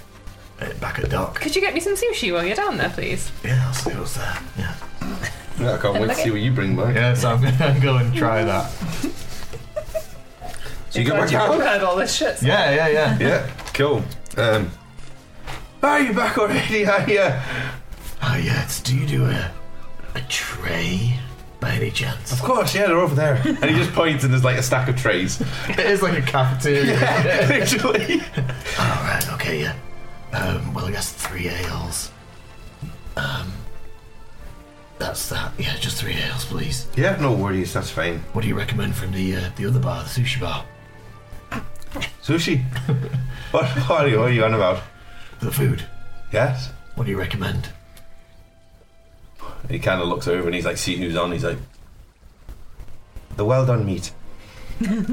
Speaker 1: back at dock.
Speaker 3: Could you get me some sushi while you're down there, please?
Speaker 1: Yeah, I'll see what's there. Yeah.
Speaker 6: I can't wait to see what you bring, mate.
Speaker 1: Yeah, so I'm gonna go and try that.
Speaker 6: So you go back to your boat?
Speaker 3: heard all this shit. so-
Speaker 1: Yeah, yeah, yeah.
Speaker 6: Yeah, cool. Um, are you back already? Are you?
Speaker 1: Oh, yeah. it's- Do you do a, a tray by any chance?
Speaker 6: Of course, yeah, they're over there. And he just points, and there's like a stack of trays.
Speaker 1: it is like a cafeteria.
Speaker 6: Literally.
Speaker 1: All right, okay, yeah. Um, well, I guess three ales. Um, that's that. Yeah, just three ales, please.
Speaker 6: Yeah, no worries, that's fine.
Speaker 1: What do you recommend from the uh, the other bar, the sushi bar?
Speaker 6: Sushi. what, what, are you, what are you on about?
Speaker 1: The food.
Speaker 6: Yes.
Speaker 1: What do you recommend?
Speaker 6: And he kind of looks over and he's like, see who's on. He's like, the well done meat.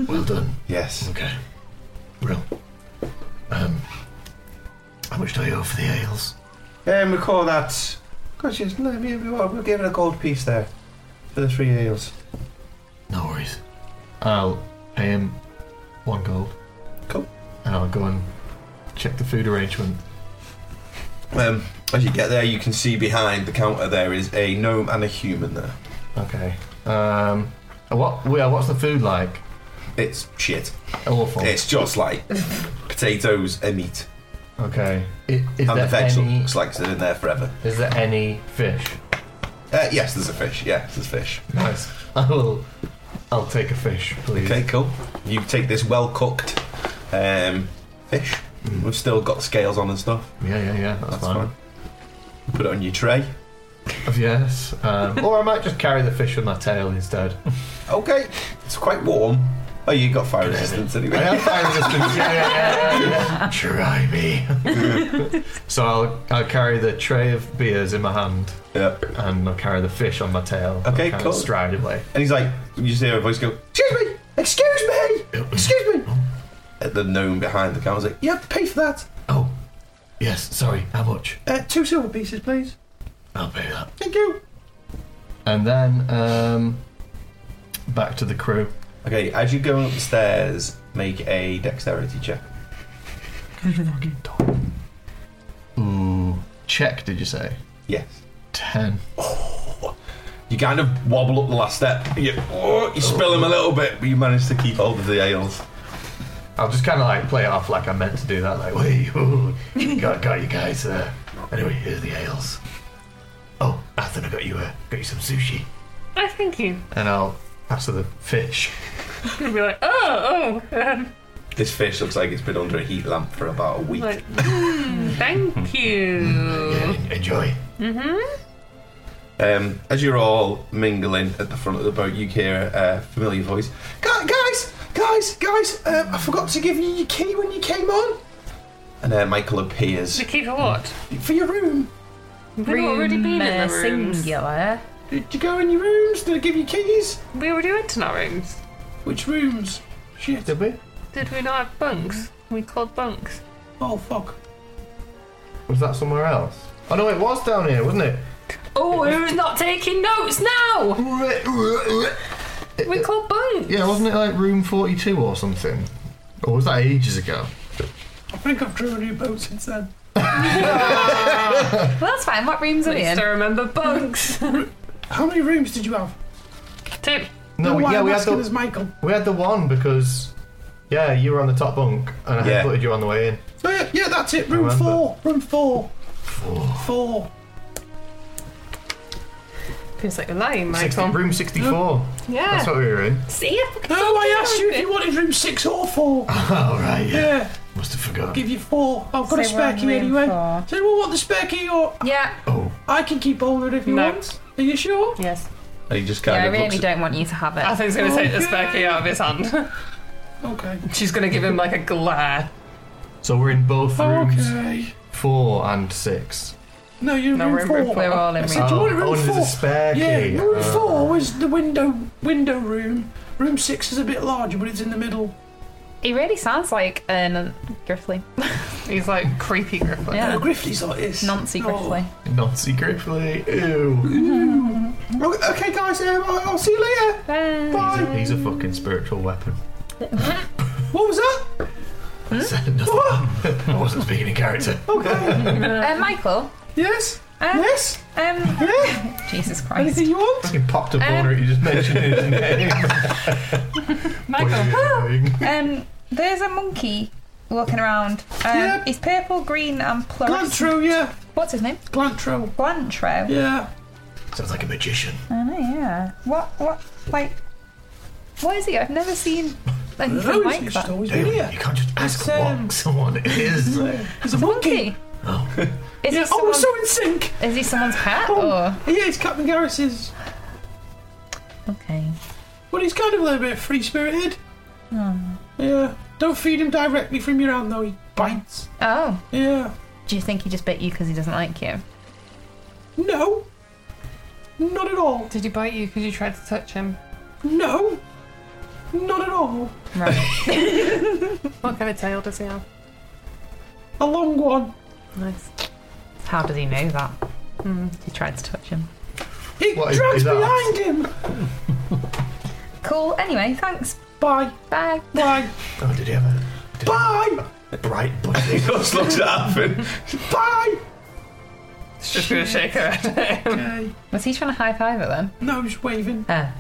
Speaker 1: Well done.
Speaker 6: Yes.
Speaker 1: Okay. Real. Um, how much do I owe for the ales?
Speaker 6: And we call Um, that. Gosh, yes, no, we- we- we'll give it a gold piece there for the three ales.
Speaker 1: No worries. I'll pay him one gold.
Speaker 6: Cool.
Speaker 1: And I'll go and check the food arrangement.
Speaker 6: Um, as you get there, you can see behind the counter there is a gnome and a human there.
Speaker 1: Okay. Um, what? Yeah, what's the food like?
Speaker 6: It's shit.
Speaker 1: Awful.
Speaker 6: It's just like potatoes and meat.
Speaker 1: Okay. Is,
Speaker 6: And the
Speaker 1: there
Speaker 6: veg
Speaker 1: any,
Speaker 6: looks like it's in there forever.
Speaker 1: is there any fish?
Speaker 6: Uh, yes, there's a fish. Yeah, there's fish.
Speaker 1: Nice. I will. I'll take a fish, please.
Speaker 6: Okay, cool. You take this well cooked um, fish. We've still got scales on and stuff.
Speaker 1: Yeah, yeah, yeah. Mm. That's,
Speaker 6: That's
Speaker 1: fine.
Speaker 6: fine. Put it on your tray.
Speaker 1: Yes. Um, or I might just carry the fish with my tail instead.
Speaker 6: Okay, it's quite warm. Oh, you got fire resistance anyway.
Speaker 1: I have fire resistance. Yeah, yeah, yeah, yeah, yeah. Try me. so I'll I'll carry the tray of beers in my hand
Speaker 6: Yeah.
Speaker 1: and I'll carry the fish on my tail.
Speaker 6: Okay,
Speaker 1: I'll kind
Speaker 6: cool.
Speaker 1: Of stride away.
Speaker 6: And he's like, you just hear a voice go, "Excuse me, excuse me, excuse me." And the gnome behind the counter's like, "You have to pay for that.
Speaker 1: Oh, yes. Sorry. How much?
Speaker 6: Uh, two silver pieces, please.
Speaker 1: I'll pay that.
Speaker 6: Thank you."
Speaker 1: And then um, back to the crew.
Speaker 6: Okay, as you go upstairs, make a dexterity check.
Speaker 1: Ooh, check. Did you say
Speaker 6: Yes.
Speaker 1: ten?
Speaker 6: You kind of wobble up the last step. You, oh, you spill him a little bit, but you manage to keep hold of the ales.
Speaker 1: I'll just kind of like play it off like I meant to do that. Like, wait, ooh, got got you guys. Uh, anyway, here's the ales. Oh, I thought I got you uh, got you some sushi,
Speaker 3: I think you
Speaker 1: and I'll pass her the fish.
Speaker 3: would be like, oh, oh, um,
Speaker 6: This fish looks like it's been under a heat lamp for about a week.
Speaker 3: like, "Mm, thank you.
Speaker 1: Yeah, en- enjoy.
Speaker 6: Um, as you're all mingling at the front of the boat, you hear a familiar voice. "Gu- Guys, guys, guys! Um, I forgot to give you your key when you came on. And uh, Michael appears
Speaker 3: To keep a what?
Speaker 6: for your room.
Speaker 3: We've already been in the rooms.
Speaker 9: singular.
Speaker 6: Did you go in your rooms? Did I give you keys?
Speaker 3: We already went in our rooms.
Speaker 6: Which rooms? Shit.
Speaker 1: Did we?
Speaker 3: Did we not have bunks? We called bunks.
Speaker 6: Oh fuck.
Speaker 1: Was that somewhere else? Oh no, it was down here, wasn't it?
Speaker 9: Oh, who's not taking notes now?
Speaker 3: We called bunks.
Speaker 1: Yeah, wasn't it like room forty-two or something? Or was that ages ago?
Speaker 6: I think I've drawn a new boat since then.
Speaker 9: Well, that's fine. What rooms are we
Speaker 3: I
Speaker 9: in?
Speaker 3: still remember bunks.
Speaker 6: How many rooms did you have?
Speaker 3: Tip.
Speaker 1: No,
Speaker 6: why
Speaker 1: Oh, yeah,
Speaker 6: I'm
Speaker 1: we had
Speaker 6: asking
Speaker 1: the
Speaker 6: is Michael.
Speaker 1: we had the one because yeah, you were on the top bunk, and I
Speaker 6: Yeah.
Speaker 1: had footed you on the way in.
Speaker 6: Oh, yeah, yeah, that's it. Room
Speaker 1: remember.
Speaker 6: four. Room four. Four.
Speaker 3: Feels like you're lying,
Speaker 1: 60,
Speaker 3: Michael.
Speaker 1: room sixty-four.
Speaker 6: Oh,
Speaker 3: Yeah.
Speaker 1: That's what we were in.
Speaker 9: See, I fucking
Speaker 6: No,
Speaker 9: told
Speaker 6: I asked you if
Speaker 9: about
Speaker 6: you wanted room six or four.
Speaker 1: Oh right,
Speaker 6: Yeah,
Speaker 1: Must have forgotten.
Speaker 6: give you four. I've got a
Speaker 7: So
Speaker 6: spare
Speaker 7: we're
Speaker 6: key
Speaker 7: room
Speaker 6: anyway.
Speaker 7: four.
Speaker 6: So we'll want the spare key, or
Speaker 9: it. Yeah.
Speaker 1: Oh,
Speaker 6: I can keep hold of it if you
Speaker 3: No.
Speaker 6: want. Are you sure?
Speaker 9: Yes.
Speaker 6: And he just
Speaker 9: Yeah, I really don't want you to have
Speaker 3: I
Speaker 9: it.
Speaker 3: think he's
Speaker 1: Oh,
Speaker 3: going to take the spare key out of his hand.
Speaker 6: Okay.
Speaker 3: She's going to give him like a glare.
Speaker 1: so we're in both rooms
Speaker 6: Oh, Okay.
Speaker 1: four and six.
Speaker 6: No, you're in
Speaker 3: No,
Speaker 6: room
Speaker 3: we're in
Speaker 6: four.
Speaker 3: room
Speaker 9: We're all in
Speaker 6: I
Speaker 9: room.
Speaker 6: said, do you want
Speaker 1: oh,
Speaker 6: room
Speaker 1: and
Speaker 6: four?
Speaker 1: there's a spare
Speaker 6: yeah,
Speaker 1: key.
Speaker 6: room
Speaker 1: Oh.
Speaker 6: four was the window window room. Room six is a bit larger, but it's in the middle.
Speaker 9: He really sounds like an Griffley.
Speaker 3: He's like creepy griffin.
Speaker 9: Yeah.
Speaker 6: Oh, Griffley's like this.
Speaker 9: Nancy
Speaker 6: Oh.
Speaker 9: Griffley.
Speaker 1: Not secretly. Ew.
Speaker 6: Oh, Okay, guys, um, I- I'll see you later.
Speaker 3: Oh.
Speaker 1: He's
Speaker 6: Bye.
Speaker 1: a, he's a fucking spiritual weapon.
Speaker 6: What was that?
Speaker 1: Nothing. I wasn't speaking in character.
Speaker 6: Okay.
Speaker 9: Uh, Michael,
Speaker 6: yes. yes.
Speaker 7: Um,
Speaker 6: Yeah.
Speaker 7: Jesus Christ.
Speaker 6: you want?
Speaker 1: You popped a border, you just mentioned his name.
Speaker 3: Michael.
Speaker 7: Um, there's a monkey walking around. Um,
Speaker 6: Yeah.
Speaker 7: He's purple, green, and fluorescent.
Speaker 6: Glantro, yeah.
Speaker 7: What's his name?
Speaker 6: Glantro.
Speaker 7: Glantro.
Speaker 6: Yeah.
Speaker 1: Sounds like a magician.
Speaker 7: I know, yeah. What, what, like, what is he? I've never seen anything like
Speaker 6: Oh, it's
Speaker 7: that.
Speaker 6: always
Speaker 1: Daily,
Speaker 6: been here.
Speaker 1: You can't just ask
Speaker 6: It's, um,
Speaker 1: what someone is.
Speaker 6: It's a monkey.
Speaker 7: Monkey. Is, he
Speaker 6: Yeah. Oh, we're
Speaker 7: someone,
Speaker 6: so in sync.
Speaker 7: is he someone's pet?
Speaker 6: Oh.
Speaker 7: Or?
Speaker 6: Yeah, it's Captain Garris's.
Speaker 7: Okay.
Speaker 6: Well, he's kind of a little bit free spirited.
Speaker 7: Hmm.
Speaker 6: Yeah. Don't feed him directly from your hand, though. He bites.
Speaker 7: Oh,
Speaker 6: Yeah.
Speaker 7: do you think he just bit you because he doesn't like you?
Speaker 6: No. Not at all.
Speaker 3: Did he bite you because you tried to touch him?
Speaker 6: No. Not at all.
Speaker 7: Right.
Speaker 3: What kind of tail does he have?
Speaker 6: A long one.
Speaker 3: Nice.
Speaker 7: How does he know that? He tried to touch him.
Speaker 6: He
Speaker 1: What, is-
Speaker 6: drags
Speaker 1: is that-
Speaker 6: behind him.
Speaker 7: Cool. Anyway, thanks.
Speaker 6: Bye.
Speaker 7: Bye.
Speaker 6: Bye.
Speaker 1: Oh, did he have a
Speaker 6: Bye.
Speaker 1: bright buzzing?
Speaker 6: Just looks at him. Bye.
Speaker 3: Just gonna shake her head.
Speaker 6: Okay.
Speaker 7: Was he trying to high five it then?
Speaker 6: No, just waving.
Speaker 7: Ah.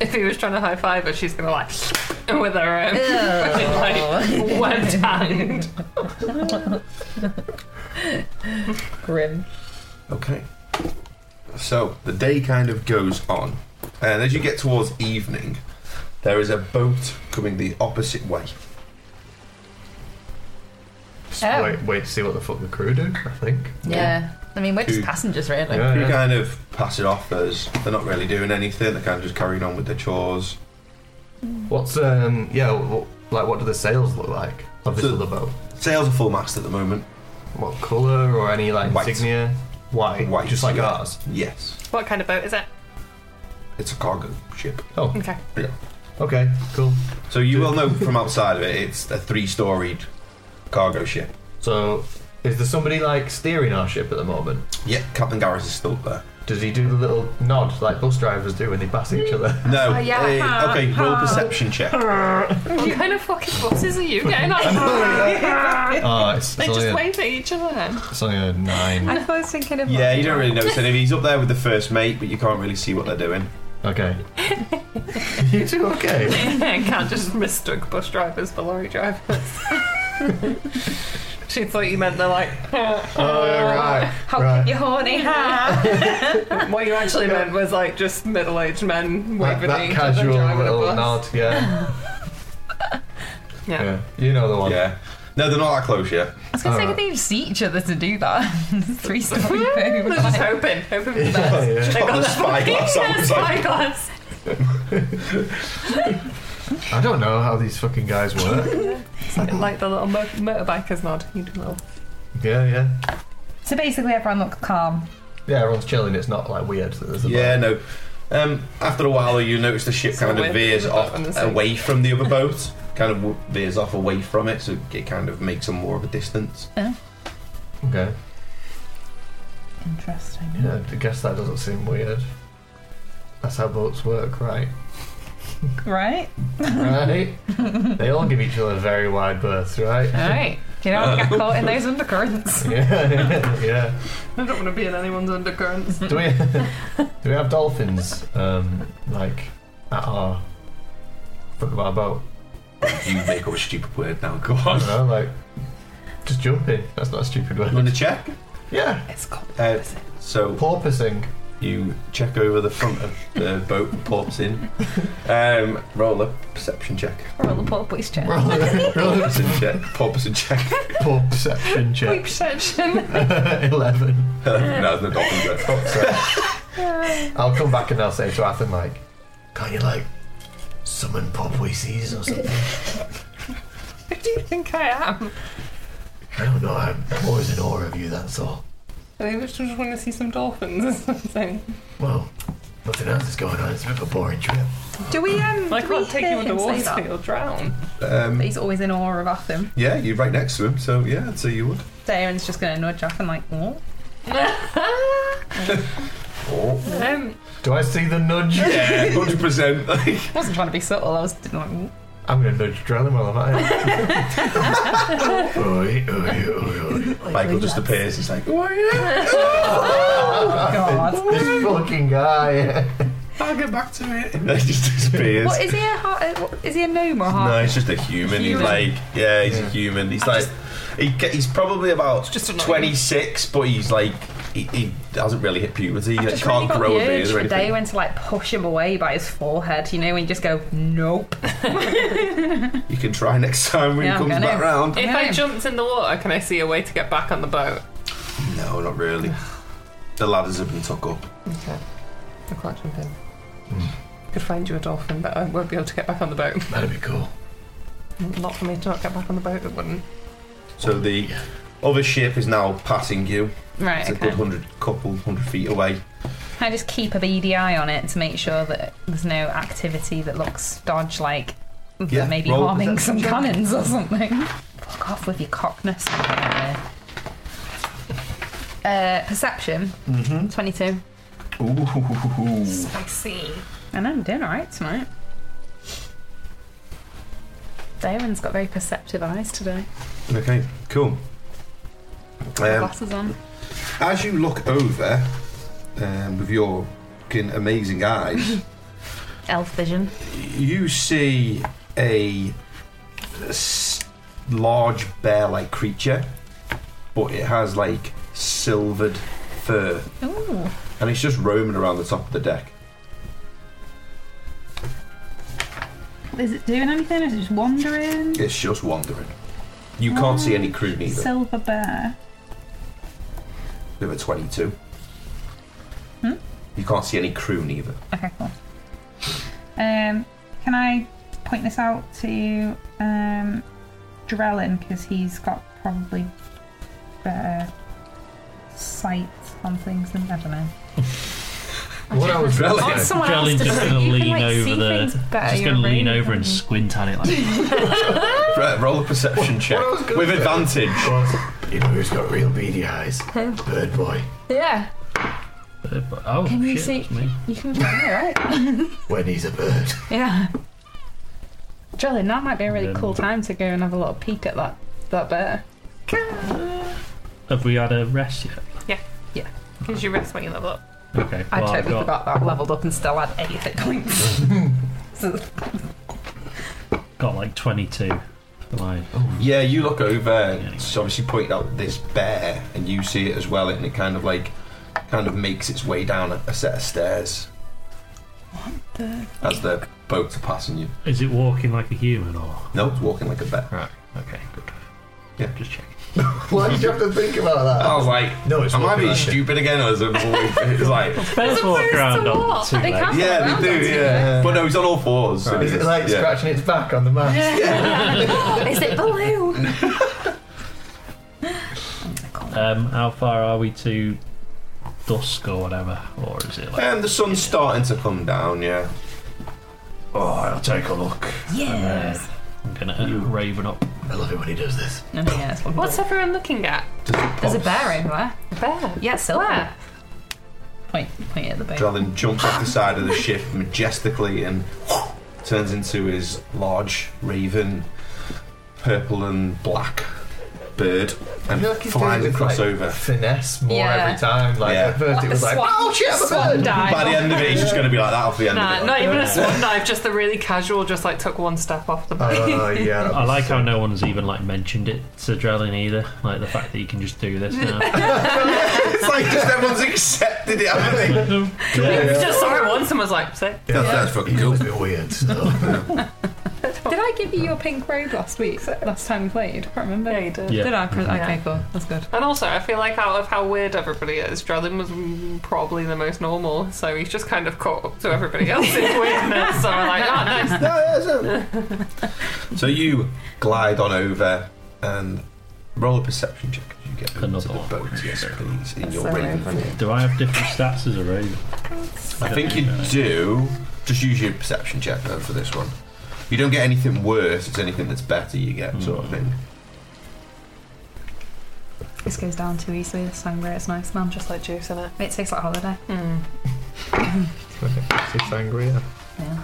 Speaker 3: if he was trying to high five her, she's gonna like with her own fucking, like webbed hand.
Speaker 7: Grim.
Speaker 6: Okay. So the day kind of goes on, and as you get towards evening, there is a boat coming the opposite way.
Speaker 1: Just
Speaker 7: Oh.
Speaker 1: wait, wait to see what the fuck the crew do, I think.
Speaker 7: Yeah. I mean, we're just
Speaker 6: Who-
Speaker 7: passengers, really.
Speaker 1: Yeah,
Speaker 6: You
Speaker 1: yeah.
Speaker 6: kind of pass it off as they're not really doing anything. They're kind of just carrying on with their chores.
Speaker 1: What's, um, yeah, what, like what do the sails look like of this
Speaker 6: So-
Speaker 1: other boat?
Speaker 6: Sails are full mast at the moment.
Speaker 1: What colour or any, like,
Speaker 6: White.
Speaker 1: insignia? White.
Speaker 6: White,
Speaker 1: Just like
Speaker 6: yeah.
Speaker 1: ours.
Speaker 6: Yes,
Speaker 3: What kind of boat is it?
Speaker 6: it's a cargo ship.
Speaker 1: Oh,
Speaker 3: Okay.
Speaker 6: Yeah.
Speaker 1: okay, cool.
Speaker 6: So you will know from outside of it, it's a three-storied cargo ship.
Speaker 1: So, is there somebody, like, steering our ship at the moment?
Speaker 6: Yeah, Captain Garris is still there.
Speaker 1: Does he do the little nod like bus drivers do when they pass each other?
Speaker 6: No.
Speaker 7: Oh, yeah.
Speaker 6: eh,
Speaker 7: Ha,
Speaker 6: okay, roll a
Speaker 7: ha.
Speaker 6: perception check.
Speaker 3: What kind of fucking buses are you getting on?
Speaker 1: Oh, it's,
Speaker 3: they just wave at each other then.
Speaker 1: it's only a nine.
Speaker 11: I was thinking of
Speaker 6: Yeah, you don't really notice any. He's up there with the first mate, but you can't really see what they're doing.
Speaker 1: Okay. you two okay?
Speaker 3: Can't just mistake bus drivers for lorry drivers. she thought you meant they're like
Speaker 1: Oh, yeah, right.
Speaker 7: How
Speaker 1: right.
Speaker 7: you horny?
Speaker 3: what you actually meant was like just middle-aged men
Speaker 1: That,
Speaker 3: waving at
Speaker 1: that
Speaker 3: each other
Speaker 1: casual
Speaker 3: driving a
Speaker 1: little
Speaker 3: bus.
Speaker 1: nod, yeah.
Speaker 3: Yeah.
Speaker 1: yeah. You know the one.
Speaker 6: Yeah. No, they're not that close yet.
Speaker 7: I was going to say,
Speaker 1: Alright.
Speaker 7: could they see each other to do that? Three story
Speaker 3: They're
Speaker 7: boat.
Speaker 3: just hoping, hoping for the
Speaker 1: Oh,
Speaker 3: best.
Speaker 1: yeah.
Speaker 3: They got that
Speaker 6: the
Speaker 3: fucking
Speaker 6: spyglass outside.
Speaker 3: spyglass.
Speaker 1: I don't know how these fucking guys work.
Speaker 3: It's like, like the little mo- motorbikers nod. You do little.
Speaker 1: yeah, yeah.
Speaker 7: So basically, everyone looks calm.
Speaker 1: Yeah, everyone's chilling. It's not like weird that there's a
Speaker 6: Yeah, no. Um, after a while, you notice the ship
Speaker 3: So
Speaker 6: kind of
Speaker 3: we're-
Speaker 6: veers
Speaker 3: we're
Speaker 6: off
Speaker 3: on the same-
Speaker 6: away from the other boat. Kind of w- veers off away from it, so it kind of makes a more of a distance.
Speaker 1: Okay.
Speaker 7: Interesting.
Speaker 1: Yeah, I guess that doesn't seem weird. That's how boats work, right?
Speaker 7: Right?
Speaker 1: Right? they all give each other very wide berths, right?
Speaker 7: Alright. You don't get caught in those undercurrents.
Speaker 1: Yeah, yeah.
Speaker 3: I don't want to be in anyone's undercurrents.
Speaker 1: Do we do we have dolphins um, like at our front of our boat?
Speaker 6: You make up a stupid word now. Go on.
Speaker 1: I don't know, like just jumping. That's not a stupid
Speaker 6: You want
Speaker 1: word.
Speaker 6: to check?
Speaker 1: Yeah,
Speaker 3: It's called.
Speaker 6: Uh, so
Speaker 1: porpoising.
Speaker 6: you check over the front of the boat, pops in. Um, roll a perception check.
Speaker 7: Roll the poor boy's chair.
Speaker 1: Roll a- roll a
Speaker 6: Perception check. Porpoising check.
Speaker 1: porpoising check.
Speaker 3: Perception.
Speaker 1: Eleven.
Speaker 6: no, the dolphin goes.
Speaker 1: I'll come back and I'll say to Athen like, can't you like summon porpoises or something?
Speaker 3: Who do you think I am?
Speaker 1: I don't know. I'm always in awe of you. That's all.
Speaker 3: I think we just want to see some dolphins or something.
Speaker 1: Well, nothing else is going on. It's a bit of a boring trip.
Speaker 7: Do we, um.
Speaker 3: I
Speaker 7: do
Speaker 3: can't
Speaker 7: we
Speaker 3: take
Speaker 7: hear
Speaker 3: you
Speaker 7: him say
Speaker 3: underwater,
Speaker 7: that?
Speaker 3: you'll drown.
Speaker 6: Um,
Speaker 7: He's always in awe of Athen.
Speaker 6: yeah, you're right next to him, so yeah, I'd say you would.
Speaker 7: Darren's just going to nudge Athen like, what?
Speaker 3: Um,
Speaker 1: Do I see the nudge?
Speaker 6: Yeah, hundred percent.
Speaker 7: I wasn't trying to be subtle, I was like, "Mm, "What?"
Speaker 1: I'm going to nudge Drellin while I'm at it. oi, oi, oi, oi.
Speaker 6: Michael just appears. He's like, "Oh yeah,
Speaker 7: oh,
Speaker 9: God.
Speaker 1: This fucking guy.
Speaker 6: I'll get back to it." And then he just disappears.
Speaker 7: What is he a heart? uh, what- Is he a gnome or heart?
Speaker 6: No, he's just a human. He's
Speaker 7: Human.
Speaker 6: like, yeah, he's a human. He's like, he he, he's probably about
Speaker 3: just annoying.
Speaker 6: 26, but he's like, he, he hasn't really hit puberty. He
Speaker 7: I've
Speaker 6: like,
Speaker 7: just
Speaker 6: can't
Speaker 7: really got
Speaker 6: grow a
Speaker 7: the urge
Speaker 6: beard or
Speaker 7: for
Speaker 6: anything.
Speaker 7: Daywin to like push him away by his forehead, you know, and just go, nope.
Speaker 6: You can try next time when
Speaker 7: Yeah,
Speaker 6: he
Speaker 7: I'm
Speaker 6: comes
Speaker 7: gonna.
Speaker 6: back round.
Speaker 3: If
Speaker 7: Yeah.
Speaker 3: I jumped in the water, can I see a way to get back on the boat?
Speaker 6: No, not really. The ladders have been took up.
Speaker 3: Okay. I can't jump in. Could find you a dolphin, but I won't be able to get back on the boat.
Speaker 1: That'd be cool.
Speaker 3: Not for me to not get back on the boat. It wouldn't.
Speaker 6: So the other ship is now passing you.
Speaker 7: Right,
Speaker 6: It's a
Speaker 7: okay.
Speaker 6: good hundred, couple hundred feet away.
Speaker 7: I just keep a beady eye on it to make sure that there's no activity that looks dodge like
Speaker 6: Yeah,
Speaker 7: that maybe
Speaker 6: roll
Speaker 7: harming
Speaker 6: perception
Speaker 7: some cannons or something. Fuck off with your cockness. Uh, perception, mm-hmm. 22.
Speaker 1: Ooh.
Speaker 7: Spicy. And I'm doing alright tonight. Daywin's got very perceptive eyes today.
Speaker 6: Okay, cool. Um,
Speaker 7: Glasses on.
Speaker 6: As you look over um, with your fucking amazing eyes,
Speaker 7: Elf vision.
Speaker 6: you see a s- large bear like creature, but it has like silvered fur
Speaker 7: Ooh.
Speaker 6: and it's just roaming around the top of the deck.
Speaker 9: Is it doing anything? Is it just wandering?
Speaker 6: It's just wandering. You can't see any crew neither.
Speaker 9: Silver bear.
Speaker 6: With a 22.
Speaker 1: Hmm?
Speaker 6: You can't see any crew neither.
Speaker 9: Okay, cool. Um, can I point this out to um, Drellin because he's got probably better sight on things than I don't know.
Speaker 1: What I was
Speaker 6: Drellin.
Speaker 1: gonna say-
Speaker 7: Someone else
Speaker 5: Drellin's
Speaker 7: to
Speaker 5: just
Speaker 7: do it.
Speaker 5: going
Speaker 7: You
Speaker 5: to
Speaker 7: can,
Speaker 5: lean
Speaker 7: like, see
Speaker 5: over there.
Speaker 7: things better,
Speaker 5: Just
Speaker 7: you're
Speaker 5: going to lean
Speaker 7: really
Speaker 5: over and squint at it like,
Speaker 6: Right, roll a perception check
Speaker 1: what I was gonna
Speaker 6: with
Speaker 1: say.
Speaker 6: advantage.
Speaker 1: was, you know who's got real beady eyes? Bird boy.
Speaker 7: Yeah.
Speaker 5: oh,
Speaker 7: Can you
Speaker 5: shit,
Speaker 7: see-
Speaker 5: it's me.
Speaker 7: You can alright.
Speaker 1: When he's a bird.
Speaker 7: Yeah. Drellin, that might be a really
Speaker 5: Then-
Speaker 7: cool time to go and have a little peek at that that bear.
Speaker 5: Have we had a rest yet?
Speaker 3: Because you rest when you level up.
Speaker 5: Okay.
Speaker 7: I
Speaker 5: well, I've
Speaker 7: totally
Speaker 5: got-
Speaker 7: forgot that I leveled up and still had eight hit points.
Speaker 5: got like 22 for my
Speaker 6: Yeah, you look over. and It's obviously pointed out this bear, and you see it as well, and it kind of like, kind of makes its way down a, a set of stairs. As the boats are passing you.
Speaker 5: is it walking like a human or
Speaker 6: No, it's walking like a bear.
Speaker 5: right okay good
Speaker 6: Yeah.
Speaker 5: just checking
Speaker 1: Why did you have to think about that?
Speaker 6: I was like,
Speaker 1: No, it's
Speaker 6: am I
Speaker 1: walking
Speaker 6: being
Speaker 1: like it.
Speaker 6: stupid again? Or is it, it's like,
Speaker 5: bears walk around on two
Speaker 7: They
Speaker 5: legs
Speaker 7: can't
Speaker 6: yeah, they do, yeah. But no, he's on all fours. so
Speaker 1: Is it
Speaker 6: it's-
Speaker 1: like
Speaker 6: yeah.
Speaker 1: scratching its back on the map?
Speaker 7: Is it blue?
Speaker 5: um how far are we to dusk or whatever or is it like
Speaker 6: And the sun's starting to come down. Yeah.
Speaker 1: Oh, I'll take a look.
Speaker 7: Yes.
Speaker 5: I'm gonna uh, raven up
Speaker 1: I love it when he does this.
Speaker 7: Oh, yeah, that's what
Speaker 3: What's everyone looking at?
Speaker 7: There's a bear over there.
Speaker 3: A bear.
Speaker 7: Yeah, silver. Point, point at the bear.
Speaker 6: Drellin jumps off the side of the ship majestically and turns into his large raven, purple and black bird, and flies across over.
Speaker 1: Finesse more
Speaker 7: Yeah.
Speaker 1: every time. Like
Speaker 6: Yeah.
Speaker 1: at first it was like,
Speaker 7: Swan-
Speaker 1: oh shit, I'm a
Speaker 7: swan
Speaker 1: bird.
Speaker 7: dive.
Speaker 6: By the end of it, he's just going to be like that. Off the end
Speaker 3: Nah,
Speaker 6: of it.
Speaker 3: not even a swan dive, just the really casual, just like took one step off the boat.
Speaker 1: Oh yeah.
Speaker 5: I like how no one's even like mentioned it to Drellin either like the fact that you can just do this now
Speaker 6: it's like just everyone's accepted it, haven't they?
Speaker 5: yeah.
Speaker 3: just saw it once and was like, sick.
Speaker 6: That's, that's fucking
Speaker 1: It
Speaker 6: cool.
Speaker 1: was a bit weird. So.
Speaker 7: Did I give you your pink robe last week? Last time we played? I can't remember.
Speaker 3: Yeah, you did.
Speaker 5: Yeah.
Speaker 7: Did I? Okay, cool. That's good.
Speaker 3: And also, I feel like out of how weird everybody is, Drellin was mm, probably the most normal, so he's just kind of caught up to everybody else's weirdness. So I'm like, oh, nice.
Speaker 6: So you glide on over and roll a perception check. as You get
Speaker 5: Another
Speaker 6: into the
Speaker 5: one.
Speaker 6: boat, yes, please, in your
Speaker 7: so
Speaker 6: raven.
Speaker 7: raven.
Speaker 6: form.
Speaker 5: do I have different stats as a raven
Speaker 6: I think you do. Just use your perception check though for this one. You don't get anything worse. It's anything that's better you get, sort of thing.
Speaker 7: This goes down too easily this time where it's nice. Mum just
Speaker 3: Just like juice in it.
Speaker 7: it tastes like holiday.
Speaker 1: Sangria.
Speaker 7: Yeah.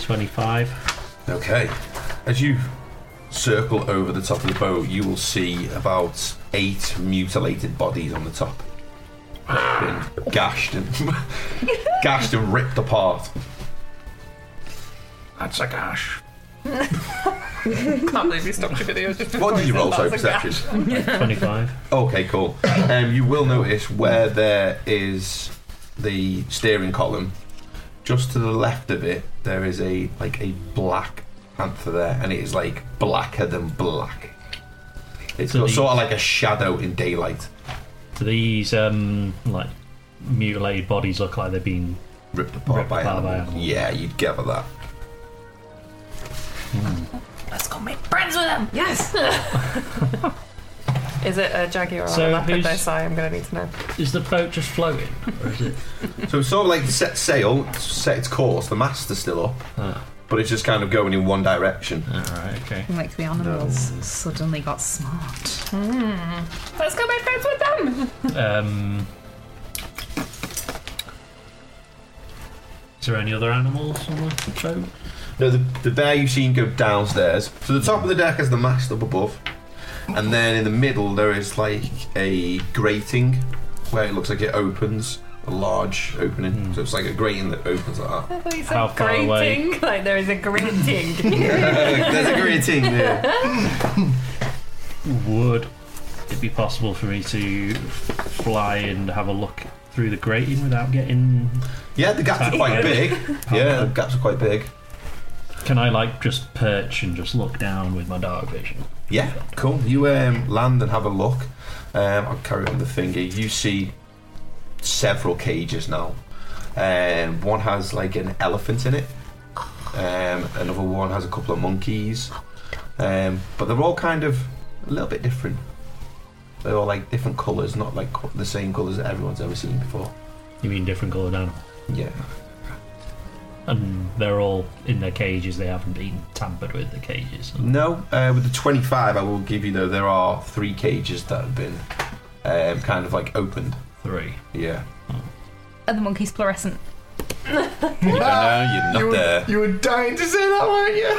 Speaker 5: 25
Speaker 6: Okay. As you circle over the top of the boat, you will see about eight mutilated bodies on the top. They've Been gashed and gashed and ripped apart.
Speaker 5: That's a gash.
Speaker 3: Can't believe you stopped your video just before
Speaker 6: What did
Speaker 3: you said
Speaker 6: you roll? Sorry,
Speaker 3: that's a
Speaker 6: perception.
Speaker 5: 25.
Speaker 6: Okay, cool. Um, you will notice where there is the steering column. Just to the left of it, there is a like a black panther there, and it is like blacker than black. It's
Speaker 5: So
Speaker 6: got
Speaker 5: the-
Speaker 6: sort of like a shadow in daylight,
Speaker 5: Do these um like mutilated bodies look like they've been
Speaker 6: ripped apart
Speaker 5: Ripped
Speaker 6: by
Speaker 5: apart by
Speaker 6: animals.
Speaker 5: animals.
Speaker 6: Yeah, you'd gather that.
Speaker 7: Let's go make
Speaker 3: Friends with them. Yes. Is it a jaguar or a
Speaker 5: So
Speaker 3: leopard?
Speaker 5: who's-
Speaker 3: though? Sorry, I'm going to need to know.
Speaker 5: Is the boat just floating? Or is it
Speaker 6: So it's sort of like set sail, set its course. The mast is still up,
Speaker 5: Ah.
Speaker 6: but it's just kind of going in one direction.
Speaker 5: Alright, okay.
Speaker 7: Like the animals suddenly got smart. Hmm.
Speaker 3: Let's go make friends with them.
Speaker 5: Um Is there any other animals on the boat?
Speaker 6: No, the, the bear you've seen go downstairs. So the top of the deck is the mast up above, and then in the middle there is like a grating where it looks like it opens, a large opening. So it's like a grating that opens like that.
Speaker 3: It's
Speaker 5: How
Speaker 3: a
Speaker 5: far away?
Speaker 3: grating. Like there is a grating.
Speaker 6: There's a grating there.
Speaker 5: Would it be possible for me to fly and have a look through the grating without getting
Speaker 6: Yeah, the gaps are quite big. Yeah, the gaps are quite big.
Speaker 5: Can I like just perch and just look down with my dark vision?
Speaker 6: Yeah, cool. You um, land and have a look. Um, I'll carry on the finger. You see several cages now. Um, one has like an elephant in it. Um, another one has a couple of monkeys. Um, but they're all kind of a little bit different. They're all like different colours, not like co- the same colours that everyone's ever seen before.
Speaker 5: You mean different coloured animals?
Speaker 6: Yeah.
Speaker 5: And they're all in their cages. They haven't been tampered with the cages.
Speaker 6: No, uh, with the 25, I will give you though, there are three cages that have been um, kind of like opened.
Speaker 5: Three.
Speaker 6: Yeah.
Speaker 7: Are the monkeys fluorescent?
Speaker 6: You don't know, you're not
Speaker 1: You
Speaker 6: there.
Speaker 1: were, you were dying to say that, weren't you?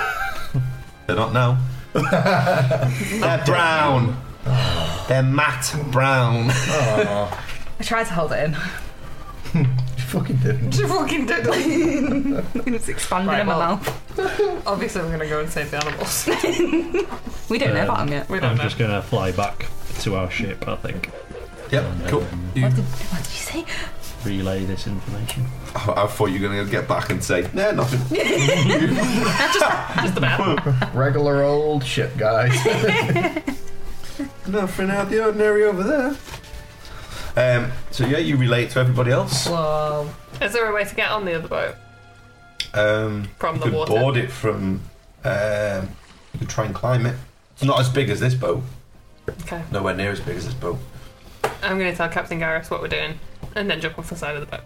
Speaker 6: They're not now. They're brown. They're matte brown.
Speaker 7: I tried to hold it in.
Speaker 1: You fucking didn't.
Speaker 7: She fucking did. it was expanding
Speaker 3: Right,
Speaker 7: in my
Speaker 3: well-
Speaker 7: mouth.
Speaker 3: Obviously, I'm going to go and save the animals.
Speaker 7: We don't know
Speaker 5: Um,
Speaker 7: about them yet.
Speaker 3: We don't
Speaker 5: I'm
Speaker 3: know.
Speaker 5: just gonna fly back to our ship. I think.
Speaker 6: Yep, cool. You,
Speaker 7: What did, what did you say?
Speaker 5: Relay this information.
Speaker 6: I, Oh, I thought you were going to get back and say, no, nothing.
Speaker 5: Just the map.
Speaker 1: Regular old ship, guys.
Speaker 6: nothing out the ordinary over there. Um, so, yeah, you relate to everybody else.
Speaker 7: Whoa.
Speaker 3: Is there a way to get on the other boat?
Speaker 6: Um,
Speaker 3: From
Speaker 6: you
Speaker 3: the
Speaker 6: could
Speaker 3: water.
Speaker 6: board it from. Um, you could try and climb it. It's not as big as this boat.
Speaker 3: Okay.
Speaker 6: Nowhere near as big as this boat.
Speaker 3: I'm going to tell Captain Garris what we're doing and then jump off the side of the boat.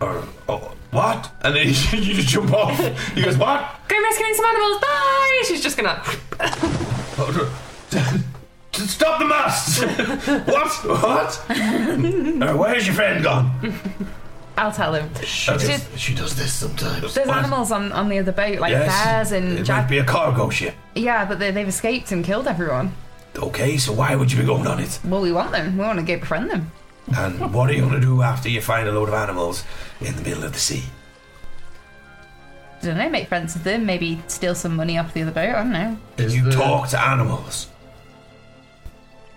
Speaker 6: Or, oh, what? And then you just jump off. He goes, what?
Speaker 3: Go rescuing some animals. Bye! She's just going to.
Speaker 6: Stop the mast! what? What? Uh, where's your friend gone?
Speaker 7: I'll tell him.
Speaker 6: She
Speaker 7: does-
Speaker 6: she does this sometimes.
Speaker 7: There's animals on, on the other boat, like bears and
Speaker 6: It
Speaker 7: jag-
Speaker 6: might be a cargo ship.
Speaker 7: yeah, but they, they've escaped and killed everyone.
Speaker 6: Okay, so why would you be going on it?
Speaker 7: Well, we want them. We want to go befriend them.
Speaker 6: And what are you going to do after you find a load of animals in the middle of the sea?
Speaker 7: don't know, make friends with them, maybe steal some money off the other boat. I don't know.
Speaker 1: Is
Speaker 6: You
Speaker 1: the-
Speaker 6: talk to animals.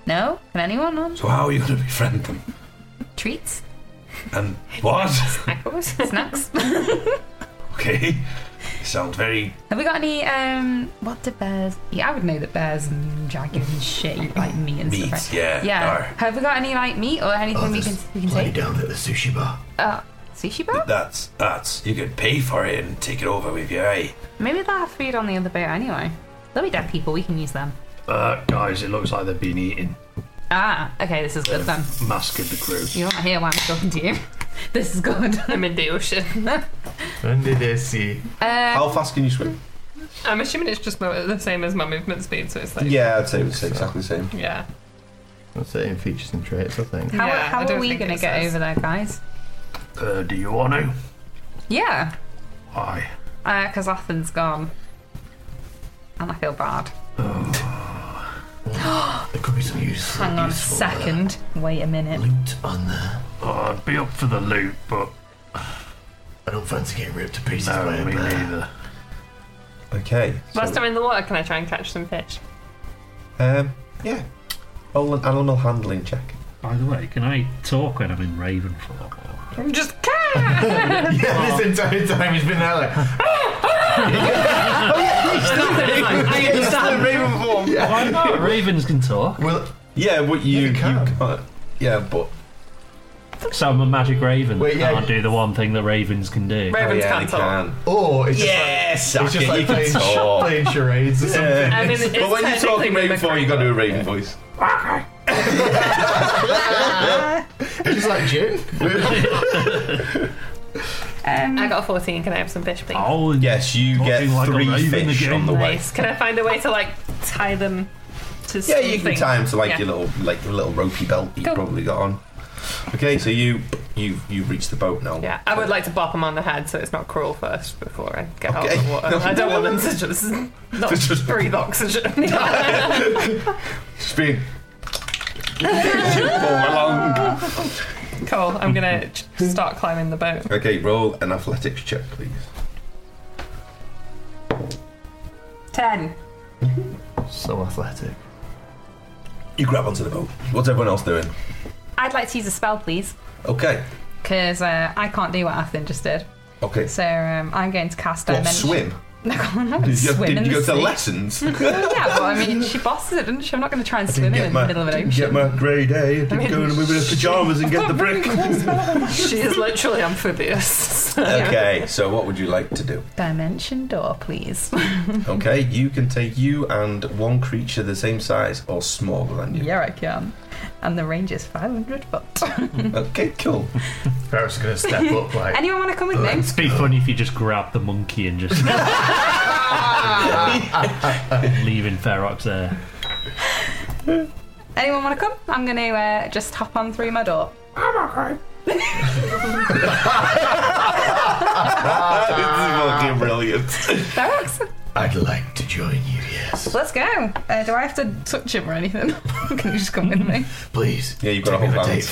Speaker 7: No? Can anyone on?
Speaker 6: So how are you going to befriend them?
Speaker 7: Treats?
Speaker 6: And what?
Speaker 3: Echoes?
Speaker 7: Snacks?
Speaker 6: okay. You sound very.
Speaker 7: Have we got any, um, what do bears Yeah, I would know that bears and jaguars and shit eat like meat and
Speaker 6: Meat,
Speaker 7: stuff, right?
Speaker 6: yeah,
Speaker 7: Yeah.
Speaker 6: or-
Speaker 7: Have we got any, like, meat or anything we can, we can take?
Speaker 1: Oh, down at the sushi bar.
Speaker 7: Uh, sushi bar?
Speaker 6: That's. That's. You could pay for it and take it over with you, eh?
Speaker 7: Maybe they'll have food on the other boat anyway. They'll be dead people, we can use them.
Speaker 5: Uh, guys, it looks like they've been eating.
Speaker 7: Ah, okay, this is good then.
Speaker 5: Masking the crew.
Speaker 7: You're not here while I'm talking to you. This is good.
Speaker 3: I'm in the ocean.
Speaker 1: Under the sea.
Speaker 7: Uh,
Speaker 6: How fast can you swim?
Speaker 3: I'm assuming it's just about the same as my movement speed, so it's like.
Speaker 6: Yeah, I'd say it's exactly the same.
Speaker 3: Yeah.
Speaker 1: That's certain features and traits, I think.
Speaker 7: how
Speaker 3: Yeah, I
Speaker 7: how are
Speaker 3: don't
Speaker 7: we
Speaker 3: think
Speaker 7: going to
Speaker 3: it
Speaker 7: get
Speaker 3: says.
Speaker 7: over there, guys?
Speaker 5: Uh, do you want to?
Speaker 7: Yeah. uh,
Speaker 5: Why?
Speaker 7: Because Athen's gone. and I feel bad.
Speaker 1: Oh.
Speaker 5: There could be some use.
Speaker 7: Hang on a
Speaker 1: uh,
Speaker 7: second. Wait a minute.
Speaker 5: Loot on there.
Speaker 10: Oh, I'd be up for the loot, but
Speaker 5: I don't fancy getting ripped to pieces
Speaker 10: no, me neither.
Speaker 6: Okay.
Speaker 3: Whilst I'm in the water, can I try and catch some fish?
Speaker 6: Um, yeah. Roll an animal handling check.
Speaker 5: By the way, can I talk when I'm in Ravenfall?
Speaker 3: I'm just
Speaker 1: Yeah, this entire time he's been there like,
Speaker 3: I understand.
Speaker 6: Raven form. Yeah.
Speaker 5: Why not? Ravens can talk.
Speaker 1: well,
Speaker 6: Yeah, but you,
Speaker 1: you
Speaker 6: you
Speaker 1: can.
Speaker 6: can't. Yeah, but
Speaker 5: So I'm a magic raven.
Speaker 1: Wait, yeah.
Speaker 5: Can't do the one thing that ravens can do.
Speaker 6: oh,
Speaker 3: Ravens
Speaker 6: yeah,
Speaker 3: can't
Speaker 6: you
Speaker 3: talk.
Speaker 6: can.
Speaker 1: or it's
Speaker 6: Yes,
Speaker 1: just like, it's just
Speaker 6: okay,
Speaker 1: like
Speaker 6: you can
Speaker 1: playing,
Speaker 6: talk.
Speaker 1: playing charades or something.
Speaker 3: I mean, it's
Speaker 6: but when you're
Speaker 3: technically
Speaker 6: talking Raven form, you got to do a Raven voice.
Speaker 1: It's like gin.
Speaker 9: Um,
Speaker 3: I got a 14. Can I have some fish, please?
Speaker 5: Oh,
Speaker 6: Yes, you
Speaker 5: Talking
Speaker 6: get
Speaker 5: like a
Speaker 6: three
Speaker 5: raven
Speaker 6: fish
Speaker 5: again.
Speaker 6: on the way.
Speaker 3: Nice. Can I find a way to like tie them to
Speaker 6: Yeah, you can
Speaker 3: something?
Speaker 6: tie him to like
Speaker 3: Yeah.
Speaker 6: your little like your little ropey belt that you
Speaker 3: Cool.
Speaker 6: probably got on. Okay, so you you you reach the boat now.
Speaker 3: Yeah, I would like to bop them on the head so it's not cruel first before I get out of
Speaker 6: Okay.
Speaker 3: the water. I don't want them to just not
Speaker 6: To just-
Speaker 3: breathe oxygen.
Speaker 6: Just being form along.
Speaker 3: cool, I'm gonna ch- start climbing the boat.
Speaker 6: Okay, roll an athletics check, please.
Speaker 3: 10.
Speaker 1: So athletic.
Speaker 6: You grab onto the boat. What's everyone else doing?
Speaker 7: I'd like to use a spell, please,
Speaker 6: Okay.
Speaker 7: because uh, I can't do what Athen just did.
Speaker 6: Okay.
Speaker 7: So um, I'm going to cast
Speaker 6: What,
Speaker 7: dimension.
Speaker 6: swim?
Speaker 7: No, I'm not
Speaker 6: Did you,
Speaker 7: swim
Speaker 6: did
Speaker 7: in
Speaker 6: you
Speaker 7: the
Speaker 6: go to
Speaker 7: sea.
Speaker 6: lessons?
Speaker 7: Yeah, but I mean, she bosses it, didn't she? I'm not going to try and swim in, in the middle of an
Speaker 6: didn't
Speaker 7: ocean.
Speaker 6: get my grade A. I didn't
Speaker 3: mean,
Speaker 6: go in with my pajamas and get the brick.
Speaker 3: She is literally amphibious.
Speaker 6: Okay, so what would you like to do?
Speaker 7: Dimension door, please.
Speaker 6: Okay, you can take you and one creature the same size or smaller than you.
Speaker 7: yeah, I can. And the range is 500 foot.
Speaker 6: Okay, cool.
Speaker 1: Barrett's gonna step up like.
Speaker 7: Anyone want to come with me?
Speaker 5: It'd be funny if you just grabbed the monkey and just leaving Ferox there.
Speaker 7: Anyone want to come? I'm going to uh, just hop on through my door.
Speaker 6: Ah, this is
Speaker 1: Ah.
Speaker 6: fucking brilliant.
Speaker 7: Barracks?
Speaker 1: I'd like to join you, yes.
Speaker 7: Let's go. Uh, do I have to touch him or anything? can you just come with me?
Speaker 1: Please.
Speaker 6: Yeah, you've got
Speaker 1: Take
Speaker 6: to
Speaker 1: me on
Speaker 6: hold
Speaker 1: a
Speaker 6: hands.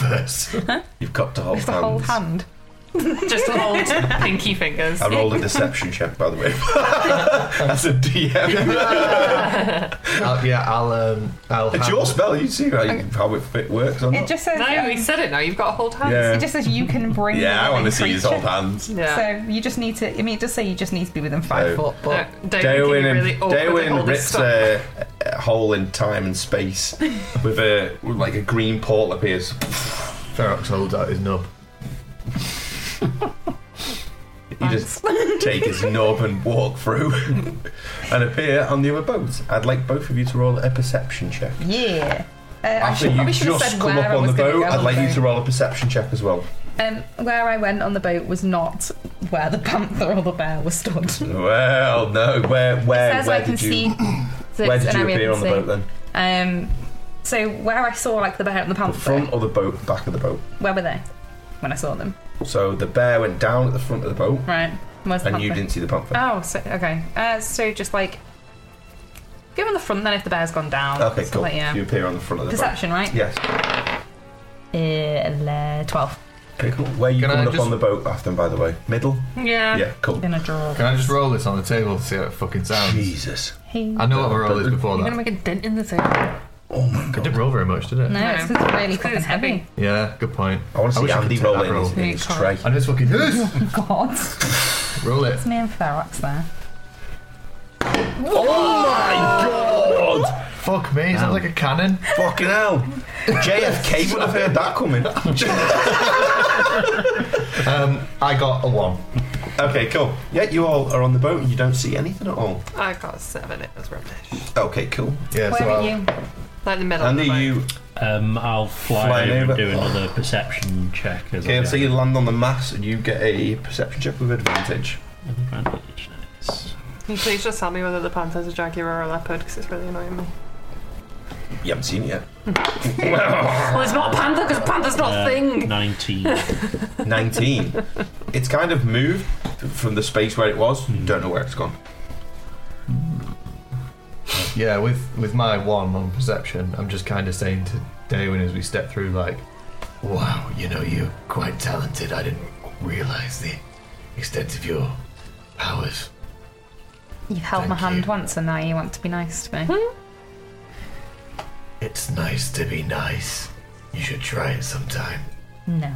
Speaker 1: date first.
Speaker 6: You've got to hold
Speaker 7: Just a whole
Speaker 6: hands.
Speaker 7: hand.
Speaker 3: Just hold pinky fingers.
Speaker 6: I rolled a deception check, by the way. That's a DM.
Speaker 1: I'll, yeah, I'll. Um, I'll
Speaker 6: it's
Speaker 1: have-
Speaker 6: your spell. You see how, you, how it fit works on
Speaker 9: it just says
Speaker 3: No,
Speaker 9: um,
Speaker 3: we said it now, you've got to hold hands.
Speaker 6: Yeah.
Speaker 9: it just says you can bring.
Speaker 6: yeah, I
Speaker 9: the
Speaker 6: want to
Speaker 9: living
Speaker 6: see you
Speaker 9: creature.
Speaker 6: hold hands.
Speaker 3: Yeah.
Speaker 7: So you just need to. I mean, it does say you just need to be within five
Speaker 6: Oh.
Speaker 7: foot, but
Speaker 3: No, Daywin can
Speaker 6: Darwin,
Speaker 3: really awkwardly
Speaker 6: Darwin
Speaker 3: hold his
Speaker 6: rips
Speaker 3: stomach.
Speaker 6: a, a hole in time and space with a with like a green portal appears.
Speaker 1: Ferox holds out his nub.
Speaker 6: You just take his knob and walk through and appear on the other boat. I'd like both of you to roll a perception check.
Speaker 7: yeah. Uh, I
Speaker 6: After
Speaker 7: should,
Speaker 6: you
Speaker 7: probably should have
Speaker 6: just
Speaker 7: said
Speaker 6: come
Speaker 7: where
Speaker 6: up
Speaker 7: I
Speaker 6: on
Speaker 7: was
Speaker 6: the
Speaker 7: gonna
Speaker 6: boat,
Speaker 7: go
Speaker 6: I'd
Speaker 7: on
Speaker 6: like
Speaker 7: the
Speaker 6: you to
Speaker 7: boat.
Speaker 6: roll a perception check as well.
Speaker 7: Um, where I went on the boat was not where the panther or the bear was stood. It
Speaker 6: Well, no. Where where
Speaker 7: says
Speaker 6: where
Speaker 7: I can
Speaker 6: did you
Speaker 7: see. so
Speaker 6: where
Speaker 7: it's
Speaker 6: did
Speaker 7: an
Speaker 6: you appear
Speaker 7: area I can
Speaker 6: on the
Speaker 7: see.
Speaker 6: boat then?
Speaker 7: Um, so where I saw like the bear and the
Speaker 6: The
Speaker 7: panther,
Speaker 6: front or the boat? The back of the boat.
Speaker 7: where were they when I saw them?
Speaker 6: So the bear went down at the front of the boat,
Speaker 7: Right, where's the
Speaker 6: and
Speaker 7: panther?
Speaker 6: you didn't see the panther.
Speaker 7: Oh, so okay. Uh, so just like go in the front then if the bear's gone down.
Speaker 6: Okay,
Speaker 7: So,
Speaker 6: cool.
Speaker 7: like, yeah.
Speaker 6: You appear on the front of the
Speaker 7: Perception, right?
Speaker 6: boat. Yes.
Speaker 7: Uh, Twelve.
Speaker 6: Okay, cool. Where are you
Speaker 1: Can I
Speaker 6: coming up
Speaker 1: just-
Speaker 6: on the boat, Afton? By the way, middle.
Speaker 3: Yeah.
Speaker 6: Yeah, cool.
Speaker 7: Gonna draw.
Speaker 1: Can I just roll this on the table to see how it fucking sounds?
Speaker 6: Jesus.
Speaker 7: Hey.
Speaker 1: I know what my roll is before
Speaker 7: You're gonna
Speaker 1: that.
Speaker 7: make a dent in the thing. No,
Speaker 6: Oh my
Speaker 1: I
Speaker 6: god.
Speaker 1: didn't roll very much, did it?
Speaker 7: it's 'cause it's really fucking heavy.
Speaker 1: Yeah, good point.
Speaker 6: I want to see
Speaker 1: wish I could
Speaker 6: Andy
Speaker 1: take that
Speaker 6: roll it in
Speaker 1: roll.
Speaker 6: his, in his
Speaker 7: Yeah,
Speaker 6: tray.
Speaker 1: And it's fucking this.
Speaker 7: God, it's
Speaker 1: roll it.
Speaker 7: me and Ferox there.
Speaker 6: Oh my god!
Speaker 1: Fuck me, is that like a cannon?
Speaker 6: Fucking hell! JFK would have heard that coming.
Speaker 1: Um, I got a one.
Speaker 6: okay, cool. Yeah, you all are on the boat and you don't see anything at all.
Speaker 3: I got a 7. It was rubbish.
Speaker 6: Okay, cool.
Speaker 1: Yeah,
Speaker 7: Where
Speaker 1: so
Speaker 7: are
Speaker 1: I'll-
Speaker 7: you?
Speaker 3: Like the middle.
Speaker 6: Andy,
Speaker 3: of the boat.
Speaker 6: you
Speaker 5: Um, I'll fly
Speaker 6: Flying
Speaker 5: over,
Speaker 6: over.
Speaker 5: and do another perception check. As
Speaker 6: Okay,
Speaker 5: I
Speaker 6: so
Speaker 5: go.
Speaker 6: you land on the mass and you get a perception check with advantage.
Speaker 5: Advantage, nice.
Speaker 3: Can you please just tell me whether the panther's a jaguar or a leopard? Because it's really annoying me.
Speaker 6: You haven't seen it
Speaker 3: Well, it's not a panther because panther's not
Speaker 5: Uh,
Speaker 3: a thing.
Speaker 5: Nineteen.
Speaker 6: yet. 19. it's kind of moved from the space where it was. You don't know where it's gone.
Speaker 1: Yeah, with with my one on perception, I'm just kind of saying to Daywin as we step through, like, "Wow, you know, you're quite talented. I didn't realize the extent of your powers."
Speaker 7: You've held my
Speaker 1: Thank
Speaker 7: hand
Speaker 1: you.
Speaker 7: once and now you want to be nice to me.
Speaker 1: It's nice to be nice. You should try it sometime.
Speaker 7: no.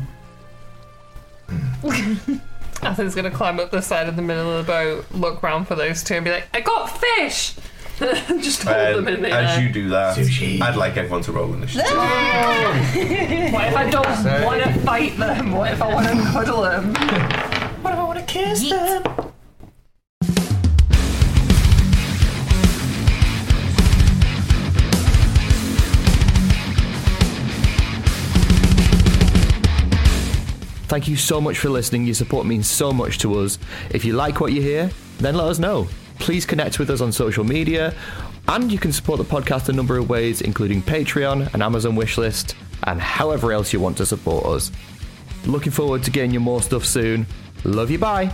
Speaker 3: Ethan's gonna climb up the side of the middle of the boat, look round for those two, and be like, "I got fish." Just hold them in
Speaker 6: Um,
Speaker 3: the
Speaker 6: as
Speaker 3: air.
Speaker 6: you do that,
Speaker 1: Sushi.
Speaker 6: I'd like everyone to roll initiative.
Speaker 3: What if I don't want to fight them? What if I want to cuddle them?
Speaker 7: Yeet.
Speaker 8: Thank you so much for listening. Your support means so much to us. If you like what you hear, then let us know. Please connect with us on social media, and you can support the podcast a number of ways, including Patreon, an Amazon wishlist, and however else you want to support us. Looking forward to getting you more stuff soon. Love you, bye.